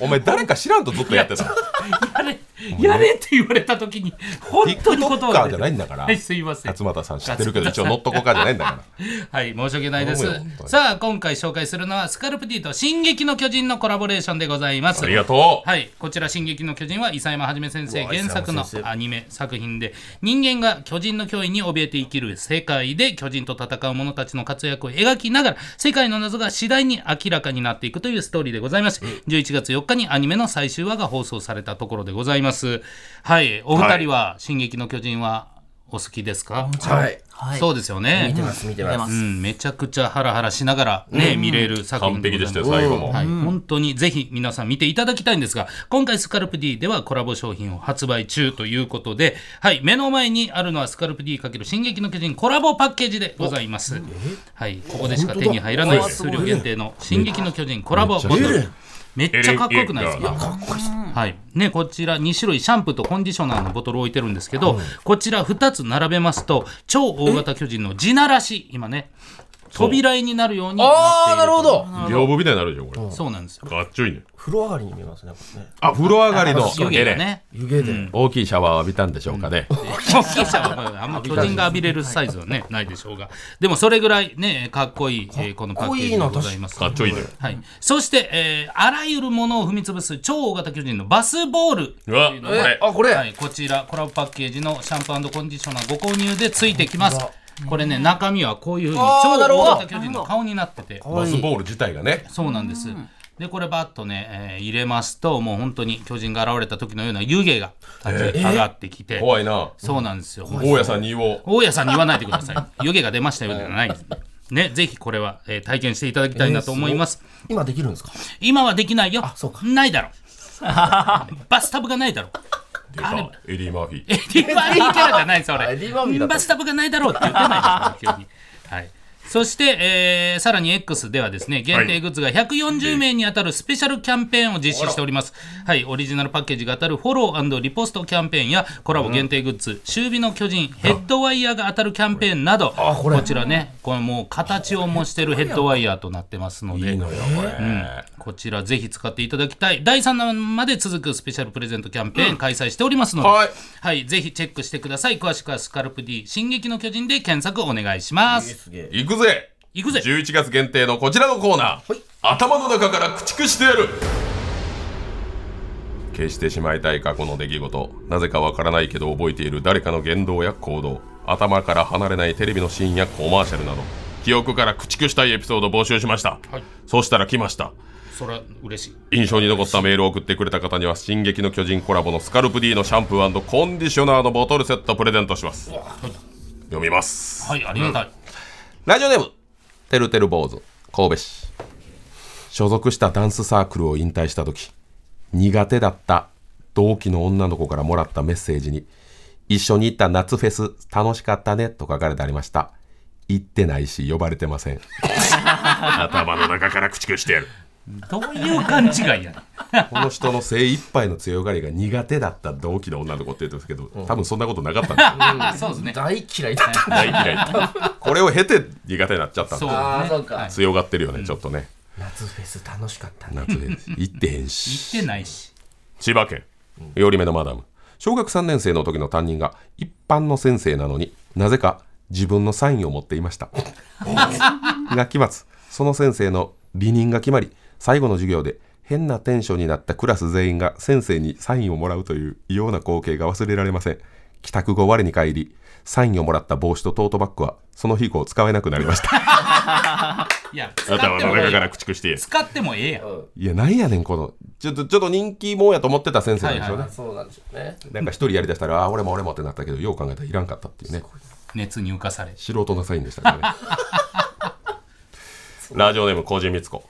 お前誰か知らんとずっとやってた。やれ、やれって言われたときに、本当に言葉 TikToker じゃないい。んだからは。い、すいません。勝俣さん知ってるけど一応乗っとこうかじゃないん だから。はい、申し訳ないです頼むよ本当。にさあ、今回紹介するのは、スカルプ D と進撃の巨人のコラボレーションでございます。ありがとう。はい、こちら「進撃の巨人」は伊佐山はじめ先生うわ原作の伊佐山先生アニメ作品で人間が巨人の脅威に怯えて生きる世界で巨人と戦う者たちの活躍を描きながら世界の謎が次第に明らかになっていくというストーリーでございます11月4日にアニメの最終話が放送されたところでございますはいお二人は「進撃の巨人」はお好きですか、はい。はいそうですよね見てます、見て出ま。ますすうん、めちゃくちゃハラハラしながら、ね見れる作品完で璧ごでざいましすたよ、最後も。はい、本当にぜひ皆さん見ていただきたいんですが今回スカルプ D ではコラボ商品を発売中ということで、はい、目の前にあるのはスカルプ D× 進撃の巨人コラボパッケージでございます、はい、ここでしか手に入らない数量限定の進撃の巨人コラボボトルめっちゃかっこよくないですかはいね、こちら2種類シャンプーとコンディショナーのボトルを置いてるんですけど、こちら2つ並べますと超大型巨人の地ならし今ね扉絵になるようになっているああ、なるほど。屏風みたいになるじゃん、これ。そうなんですよかっちょいいね。風呂上がりに見えますね。これねあ、風呂上がりの湯気がね湯気で。大きいシャワーを浴びたんでしょうかね。大きいシャワーはあんま巨人が浴びれるサイズは ねないでしょうがでもそれぐらいねかっこいいえーこのパッケージでございますかっちょいいね。はい、そして、えーあらゆるものを踏み潰す超大型巨人のバスボールうわ、こえれ。あ、こはれ。い、こちらコラボパッケージのシャンプーコンディショナーご購入でついてきますこれね中身はこういうふうにあー超なるほど大型巨人の顔になっててバスボール自体がね。そうなんですでこれバッとね、えー入れますともう本当に巨人が現れた時のような湯気が立ち上がってきて、怖いな。そうなんですよ、大家さんに言おう。大家さんに言わないでください。湯気が出ましたよではないですね。ね、ぜひこれは、えー体験していただきたいなと思います。今できるんですか今はできないよ。そうかない だろ。バスタブがないだろ。出たエディ・マーフィー。ディーバービーキャラじゃないそエディーバービれ。ーだったバスタブがないだろうって言ってないですから急に。はい。そして、えーさらに X ではですね、限定グッズが140名に当たるスペシャルキャンペーンを実施しております。はい、オリジナルパッケージが当たるフォローリポストキャンペーンやコラボ限定グッズ、終日の巨人、ヘッドワイヤーが当たるキャンペーンなど、こちらね、これもう形を模してるヘッドワイヤーとなってますので、いいのよ、これ。こちらぜひ使っていただきたい第3弾まで続くスペシャルプレゼントキャンペーン開催しておりますので、はいはいぜひチェックしてください詳しくはスカルプ D 進撃の巨人で検索お願いしますすげえ。行くぜ行くぜ !11 月限定のこちらのコーナー。頭の中から駆逐してやる消してしまいたい過去の出来事。なぜかわからないけど覚えている誰かの言動や行動。頭から離れないテレビのシーンやコマーシャルなど。記憶から駆逐したいエピソードを募集しました。はいそうしたら来ました。それは嬉しい印象に残ったメールを送ってくれた方には「進撃の巨人」コラボのスカルプ D のシャンプーコンディショナーのボトルセットプレゼントします読みますはいありがたい、ラジオネームてるてる坊主神戸市所属したダンスサークルを引退した時苦手だった同期の女の子からもらったメッセージに「一緒に行った夏フェス楽しかったね」と書かれてありました行ってないし呼ばれてません頭の中から駆逐してやるどういう勘違いやねこの人の精一杯の強がりが苦手だった同期の女の子って言ってますけど、多分そんなことなかったんですよ あそうですね大嫌いだった。大嫌いこれを経て苦手になっちゃったんそうだああ、ねそうか。強がってるよね、ちょっとね 夏フェス楽しかったね。夏で行ってへんし言ってないし千葉県より目のマダム小学3年生の時の担任が一般の先生なのになぜか自分のサインを持ってい ました学期末その先生の離任が決まり最後の授業で変なテンションになったクラス全員が先生にサインをもらうという異様な光景が忘れられません帰宅後我に帰りサインをもらった帽子とトートバッグはその日以降使えなくなりました いや使っ頭てのもえ中えから駆逐して使ってもええやんいやなんやねんこのちょっとちょっと人気もんやと思ってた先生なんでしょうね、はいはそうなんでしょうねなんか一人やりだしたらああ俺も俺もってなったけどよう考えたらいらんかったっていうね熱に浮かされ素人なサインでしたからね ラジオネームコジミツコ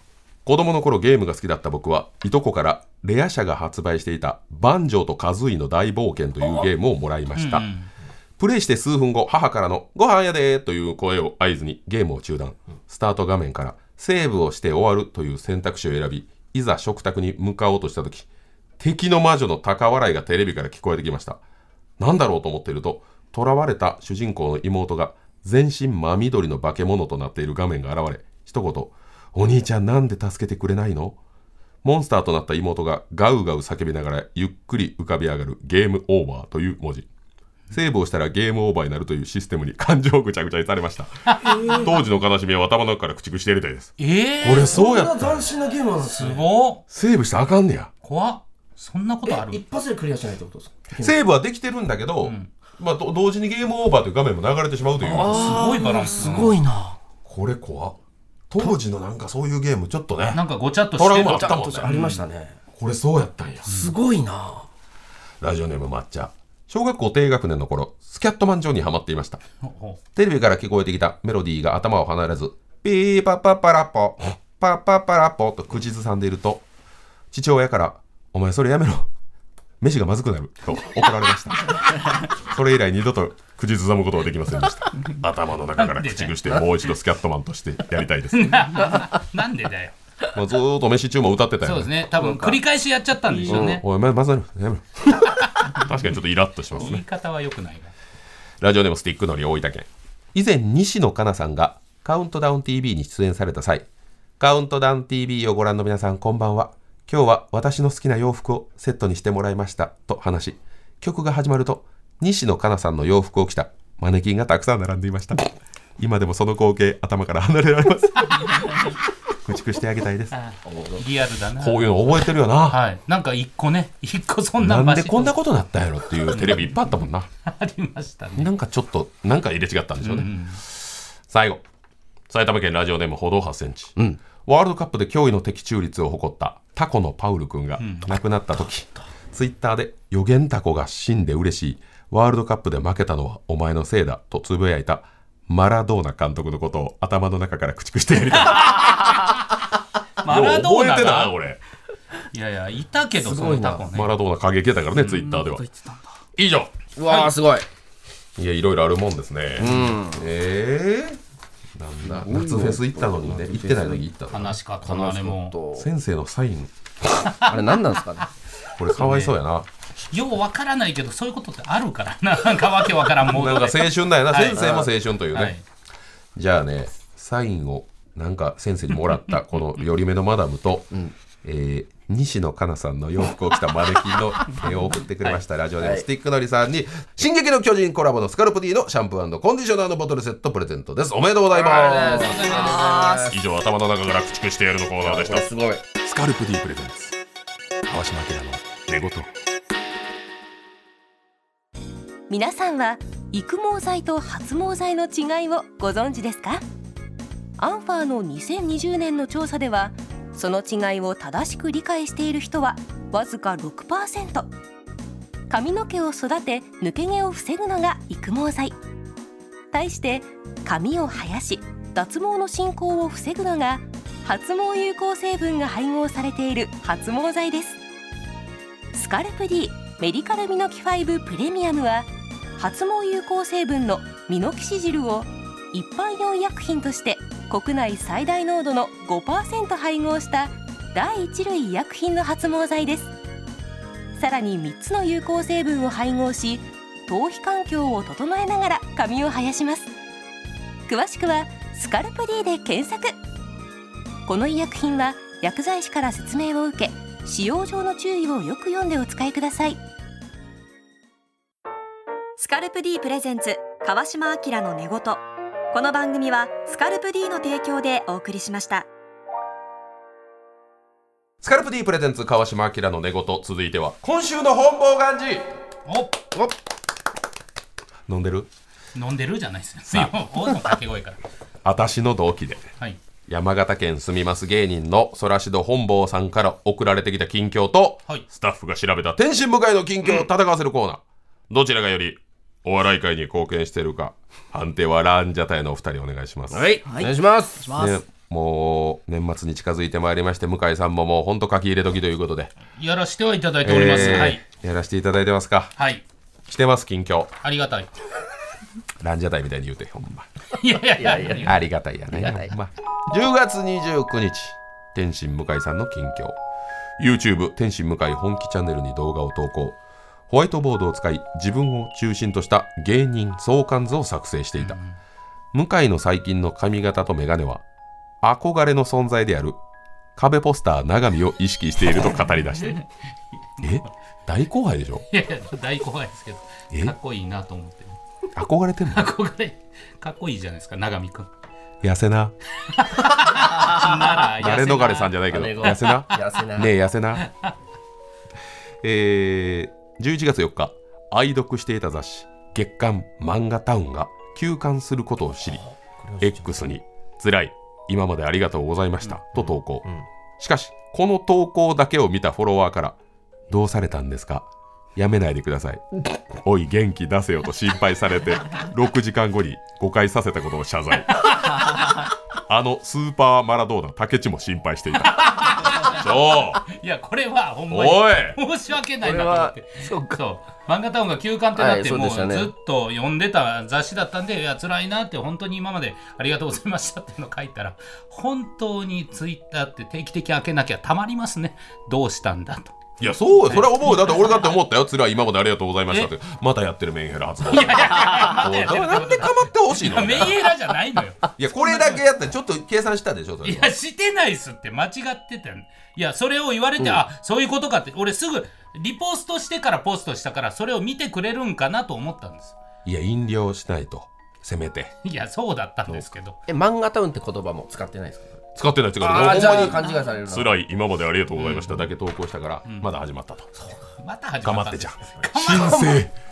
子供の頃ゲームが好きだった僕はいとこからレア社が発売していた「バンジョーとカズイの大冒険」というゲームをもらいました、プレイして数分後母からの「ご飯やで」という声を合図にゲームを中断スタート画面から「セーブをして終わる」という選択肢を選びいざ食卓に向かおうとした時敵の魔女の高笑いがテレビから聞こえてきましたなんだろうと思っていると、囚われた主人公の妹が全身真緑の化け物となっている画面が現れ、一言、お兄ちゃんなんで助けてくれないのモンスターとなった妹がガウガウ叫びながらゆっくり浮かび上がるゲームオーバーという文字。セーブをしたらゲームオーバーになるというシステムに感情をぐちゃぐちゃにされました。当時の悲しみを頭の中から駆逐しているみたいです。ええ俺そうやこっんた。な斬新なゲームなんですすねごっセーブしたらあかんねや。怖っそんなことあえる一発でクリアしないってことですかセーブはできてるんだけど、まあ、と同時にゲームオーバーという画面も流れてしまうという。すごいバランスすごいなこれ怖っ当時のなんかそういうゲームちょっとねなんかごちゃっとトしラてウマあるったもんねありましたねこれそうやったんやすごいなラジオネーム抹茶小学校低学年の頃スキャットマン上にハマっていましたほテレビから聞こえてきたメロディーが頭を離れずピーパパパラポパパパラポと口ずさんでいると父親から「お前それやめろ飯がまずくなる」と怒られま したそれ以来二度と口ずさむことはできませんで した頭の中から駆逐してもう一度スキャットマンとしてやりたい です、うなんでだよまあ、ずーっと飯中も歌ってたよそうですね多分繰り返しやっちゃったんでしょうねおい、ま、まさに、やめろ。 確かにちょっとイラッとします言いね。方は良くないわラジオでもスティックのり大分県。以前、西野カナさんがカウントダウン TV に出演された際、カウントダウン TV をご覧の皆さん、こんばんは。今日は私の好きな洋服をセットにしてもらいました。と話し、曲が始まると、西野カナさんの洋服を着たマネキンがたくさん並んでいました。今でもその光景、頭から離れられ ます。駆逐してあげたいです。リアルだなこういうの覚えてるよな。はいなんか一個ね一個そんななんでこんなこ ことなったんやろっていうテレビいっぱいあったもんな。とありましたねなんかちょっと、なんか入れ違ったんでしょうね。最後、埼玉県ラジオネーム歩道8センチ、ワールドカップで驚異の的中率を誇ったタコのパウル君が亡くなった時、ツイッターで予言タコが死んで嬉しい、ワールドカップで負けたのはお前のせいだとつぶやいたマラドーナ監督のことを頭の中から駆逐してやり たい。マラドーナ覚えてないが俺。いやいやいたけどそのタコねマラドーナ過激だからね、ツイッターでは。以上。うわーすごいいや、いろいろあるもんですね。ええなんだ、夏フェス行ったのにね、行ってないのに行ったの。悲しかったなあれも先生のサイン、あれ何なんですかねこれかわいそうやな。ようわからないけどそういうことってあるからななんかわけわからんもなんかん青春だよな、はい先生も青春というはいね。じゃあね、サインを、なんか先生にもらった、このよりめのマダムと、えー西野カナさんの洋服を着たマネキンの絵を送ってくれましたラジオでもスティックのりさんに「進撃の巨人」コラボのスカルプ D のシャンプーコンディショナーのボトルセットプレゼントですおめでとうございます以上頭の中から駆逐してやるのコーナーでしたすごいスカルプ D プレゼンツ川島明の寝言皆さんは育毛剤と発毛剤の違いをご存知ですかアンファーの2020年の調査ではその違いを正しく理解している人はわずか6%髪の毛を育て抜け毛を防ぐのが育毛剤対して髪を生やし脱毛の進行を防ぐのが発毛有効成分が配合されている発毛剤ですスカルプ D メディカルミノキ5プレミアムは発毛有効成分のミノキシジルを一般用医薬品として国内最大濃度の5%配合した第一類医薬品の発毛剤ですさらに3つの有効成分を配合し頭皮環境を整えながら髪を生やします詳しくは「スカルプ D」で検索この医薬品は薬剤師から説明を受け使用上の注意をよく読んでお使いくださいスカルプ D プレゼンツ川島明の寝言この番組はスカルプ D の提供でお送りしましたスカルプ D プレゼンツ川島明の寝言続いては今週の本望願寺お飲んでる飲んでるじゃないですよ。おの掛け声から。私の同期ではい。山形県住みます芸人のそらしど本坊さんから送られてきた近況と、はいスタッフが調べた天津向かいの近況を戦わせるコーナー、どちらがよりお笑い界に貢献しているか判定はランジャタイのお二人お願いします、はい、お願いしますしますね、もう年末に近づいてまいりまして向井さんももうほんと書き入れ時ということでやらしてはいただいております。えーはい。やらせていただいてますかはい。来てます近況ありがたい。ランジャタイみたいに言うてほんまいやいやいやいや。ありがたいやね。ほんま10月29日、天心向井さんの近況。YouTube 天心向井本気チャンネルに動画を投稿。ホワイトボードを使い自分を中心とした芸人相関図を作成していた。向井の最近の髪型とメガネは憧れの存在である壁ポスター永見を意識していると語り出して。 え大後輩でしょいやいや大後輩ですけえど、かっこいいなと思って。憧れてんの憧れ、かっこいいじゃないですか、永見くん。痩せな。なら、あれ逃れさんじじゃないけど、あれが痩せな。痩せなねえ痩せなえー、11月4日愛読していた雑誌「月刊漫画タウン」が休刊することを知り X に「辛い今までありがとうございました」と投稿、しかしこの投稿だけを見たフォロワーから「どうされたんですかやめないでくだ さい」「おい元気出せよ」と心配されて6時間後に誤解させたことを謝 罪あのスーパーマラドーナ竹内も心配していたそういや、これはほんまおいに申し訳ないこれなと思っはて。そうかそう漫画タウンが休刊ってなって、はいそうもでうしたねずっと読んでた雑誌だったんで、いや、辛いなって、本当に今までありがとうございましたっていうのを書いたら、本当にツイッターって定期的に開けなきゃたまりますね。どうしたんだと。いやそうよそれは思うだって俺だって思ったよつら今までありがとうございましたってまたやってるメンヘラ発動なんでかまってほしいのメンヘラじゃないのよ。いやこれだけやったらちょっと計算したでしょそれいや、してないっすって、間違ってたよいや、それを言われて、あそういうことかって、俺すぐリポストしてからポストしたから、それを見てくれるんかなと思ったんです。いや飲料しないとせめていや、そうだったんですけど。え漫画タウンって言葉も使ってないですか使ってない使ってあなあいじゃほあんま勘に違いされるなつらい今までありがとうございましただけ投稿したからまだ始まったとまた始かままったっんてです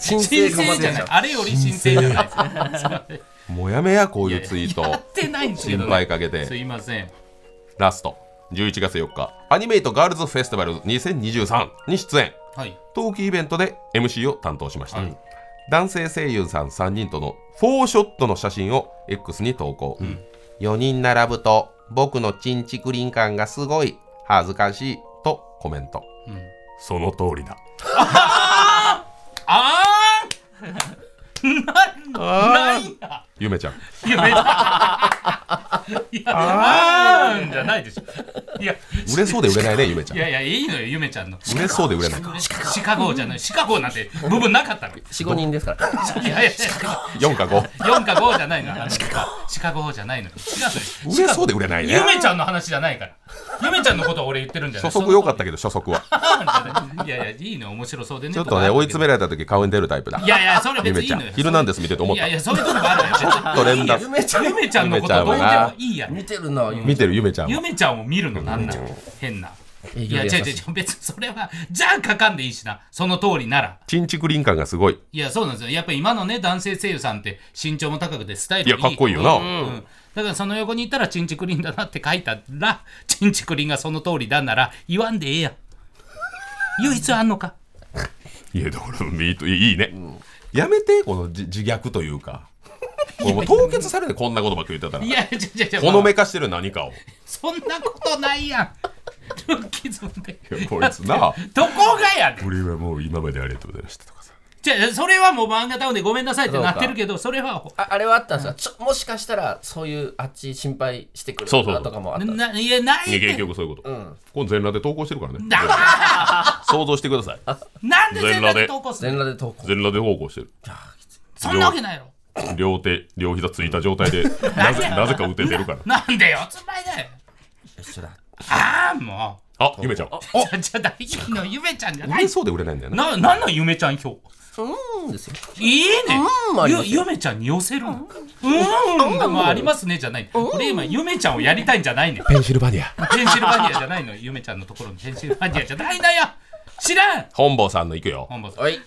ちゃん申申申請がま請でじじゃなゃないい。あれより申請じゃないです。すいません請もうやめやこういうツイートやってないんですけど、心配かけてすいません。ラスト11月4日アニメイトガールズフェスティバル2023に出演はい。冬季イベントで MC を担当しました、男性声優さん3人との4ショットの写真を X に投稿、4人並ぶと僕のチンチクリン感がすごい恥ずかしいとコメント、んその通りだあー なんやゆめちゃんいや、めっちゃいや、あーんじゃないでしょ。いや、売れそうで売れないねゆめちゃいんやいや、いいのよ、ゆめちゃんの。売れそうで売れないシカゴじゃない、シカゴなんて部分なかったの。い四五人ですから。やいや、 4か5 4か5じゃないの。あのシカゴ。シカゴじゃないの。違うの売れそうで売れないねゆめちゃんの話じゃないから。ゆめちゃんのことは俺言ってるんじゃない初速良かったけど初速はった。いやいや、いいの、面白そうでね。ちょっとね追い詰める。られた時顔に出るタイプだいやいや、それゆ別めにいちいゃんの「よ。ヒルナンデス」見てて思っいたやいや、そういうとこもあるよ。ちょっと連打ゆめちゃ んゆめちゃんのことどうでもいいやん。見てるな。見てるゆめちゃんゆはめちゃんを見るのなんなの変な。いや、違う違う違う、別にそれは、じゃあ書かんでいいしな。その通りなら。チンチクリン感がすごいいや、そうなんですよ。やっぱり今のね、男性声優さんって身長も高くてスタイルもいい。いやかっこいいよなうんうんだからその横にいたら、チンチクリンだなって書いたら、 チンチクリンがその通りだなら、言わんでええやん。唯一あんのか。いやだからミートいいね、やめてこの自自虐という かこれもう凍結されてこんなことばっかり言ってたらいや、違う違う違う。ほのめかしてる何かをそんなことないやん。ルッキズムで。いやこいつなどこがやねん俺はもう今までありがとうございましたとかさじゃあそれはもう漫画タウンでごめんなさいってなってるけど、それは、ああれはあったんですかちょもしかしたらそういうあっち心配してくるそうそうそなうとかもあったんですかないや、ないっいや結て。局そういうこと、今度全裸で投稿してるからねだわ想像してください なんで全裸で投稿す全るの裸で投稿全裸で投稿してるそんなわけないやろ。両手両膝 ついた状態でなぜなぜか打ててるからなんでよ、つまいだよ。一緒だああ、もあゆめちゃんあう。じゃ、じゃ、大輝のゆめちゃんじゃ売ないれ。そうで売れないんだよねな、なんなんゆめちゃん票。うんですよいいねうんあり。ゆ、ますよゆめちゃんに寄せるの。うん、うん、もうありますねじゃない。俺今ゆめちゃんをやりたいんじゃないねん。ペンシルバニアペンシルバニアじゃないの、ゆめちゃんのところのペンシルバニアじゃないのよ。知らん。本坊さんの行くよ本坊さん。はい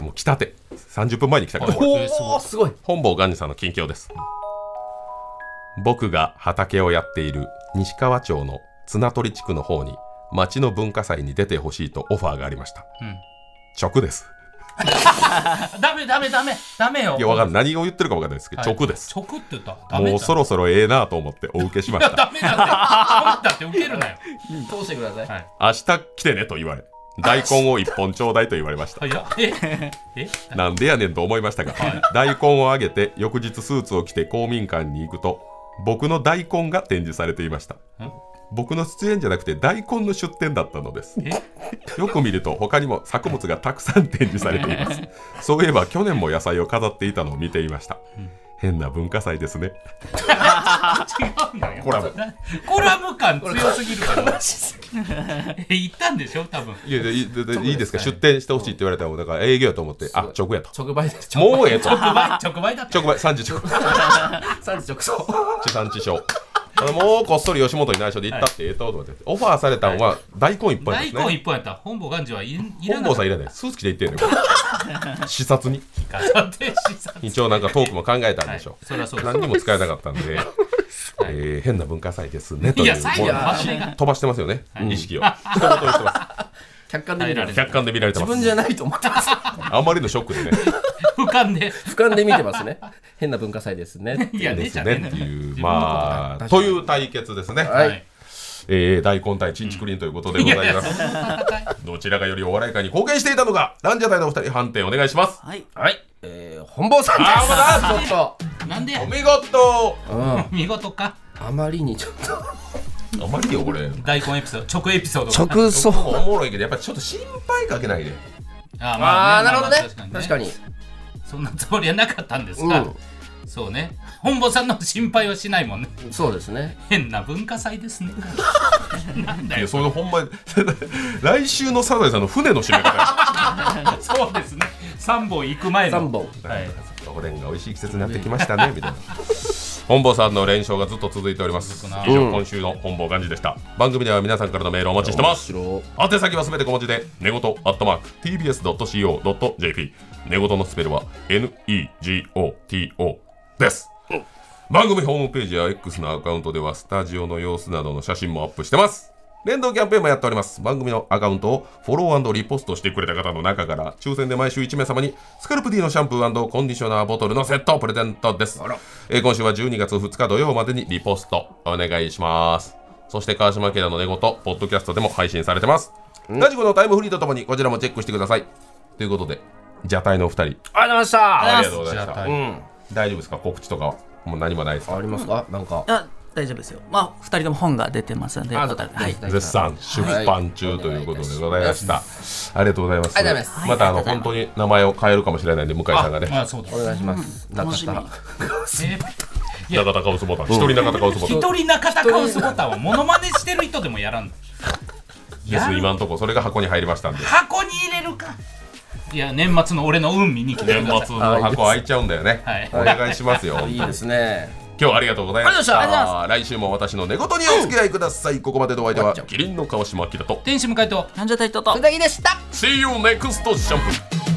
もう来たて30分前に来たからおいおおすごい本坊ガンジさんの近況です僕が畑をやっている西川町の綱取地区の方に町の文化祭に出てほしいとオファーがありました、うん直ですダメダメダメダメよいやわかんない何を言ってるかわかんないですけど、はい直です直って言ったダメもだうそろそろええなと思ってお受けしました ダメだってダメだって受けるなよ通してください。明日来てねと言われ大根を一本ちょうだいと言われました早っええなんでやねんと思いましたが、大根をあげて翌日スーツを着て公民館に行くと僕の大根が展示されていました僕の出演じゃなくて大根の出店だったのですよく見ると他にも作物がたくさん展示されていますそういえば去年も野菜を飾っていたのを見ていました変な文化祭ですね違うのよコラボコラム感強すぎるからえ言ったんでしょ多分いやいやいいいいですか出店してほしいって言われたらだから営業やと思ってあ直やと直売です。直もうええと直売直売だって直売3時直産地直送。地産地消あのもうこっそり吉本に内緒で行ったってええと思ってオファーされたんは大根いっぱい大ですね根一本やったら本坊元治はいいら本なか郷っさんいらないスーツ着て行ってんねん視察にかだって資産一応なんかトークも考えたんでしょそりゃそうです何にも使えなかったんで、えー変な文化祭ですねといいうや最後もうのまとめが飛ばしてますよね、意識を一言にしてま客観で見耐えらられれするる。客観で見られてま自す分じゃないと思ってます。あまりのショックでね俯瞰で俯瞰で見てますね。変な文化祭ですね。いや で出ちすゃねねっていう分まあという対決ですね、はいえー大根対チンチクリンということでごいざいやまいすやそんな戦いどちらがよりお笑い界に貢献していたのかランジャタイのお二人判定お願いしますはいはい。えー、本坊さんです。あちょなんでお見事っと。うん。見事かあまりにちょっと。あまりよこれ大根エピソード直エピソードが直送。おもろいけどやっぱりちょっと心配かけないであああ、まなあるまほあどまあね。確かに。そんなつもりはなかったんですうがそうね本坊さんの心配はしないもんねん。そうですね。変な文化祭です ねなんだいよやそれほんまに 来週のサザエさんの船の締め方やそうですね三本行く前の三本。はいおでんが美味しい季節になってきましたねみたいな本坊さんの連勝がずっと続いております続くな以上今週の本坊幹事でした番組では皆さんからのメールをお待ちしてます白。宛先はすべて小文字で寝言アットマーク tbs.co.jp 寝言のスペルは negoto です、番組ホームページや X のアカウントではスタジオの様子などの写真もアップしてます連動キャンペーンもやっております番組のアカウントをフォローリポストしてくれた方の中から抽選で毎週1名様にスカルプ D のシャンプーコンディショナーボトルのセットをプレゼントですえー今週は12月2日土曜までにリポストお願いしますそして川島明の寝言、ポッドキャストでも配信されてます。ラジコのタイムフリーとともにこちらもチェックしてください。ということで、ジャタイのお二人、ありがとうございました。ありがとうございましじゃあたは。ういん。大丈夫ですか告知とかはもう何もないですかありますか。なんか。あ大丈夫ですよまあ2人とも本が出てますのであよかったらはい絶賛出版中ということでございました。ありがとうございます。ありがとうございますまたあの本当に名前を変えるかもしれないんで向井さんがね、まあそうだお願いします。楽しみ中田えー中田カウスボタン、一人中田カウスボタン一。人中田カウスボタンをモノマネしてる人でもやらんのです今のところそれが箱に入りましたんで。箱に入れるかいや年末の俺の運見に来て年ください末の箱開いちゃうんだよね。はいお願いしますよ。いいですね。今日はありがとうございましたありがとうござ来週も私の寝言にお付き合いください、ここまでのお相手はキリンの川島明と天使向かいとランジャタイトとうなぎでした。 See you next shampoo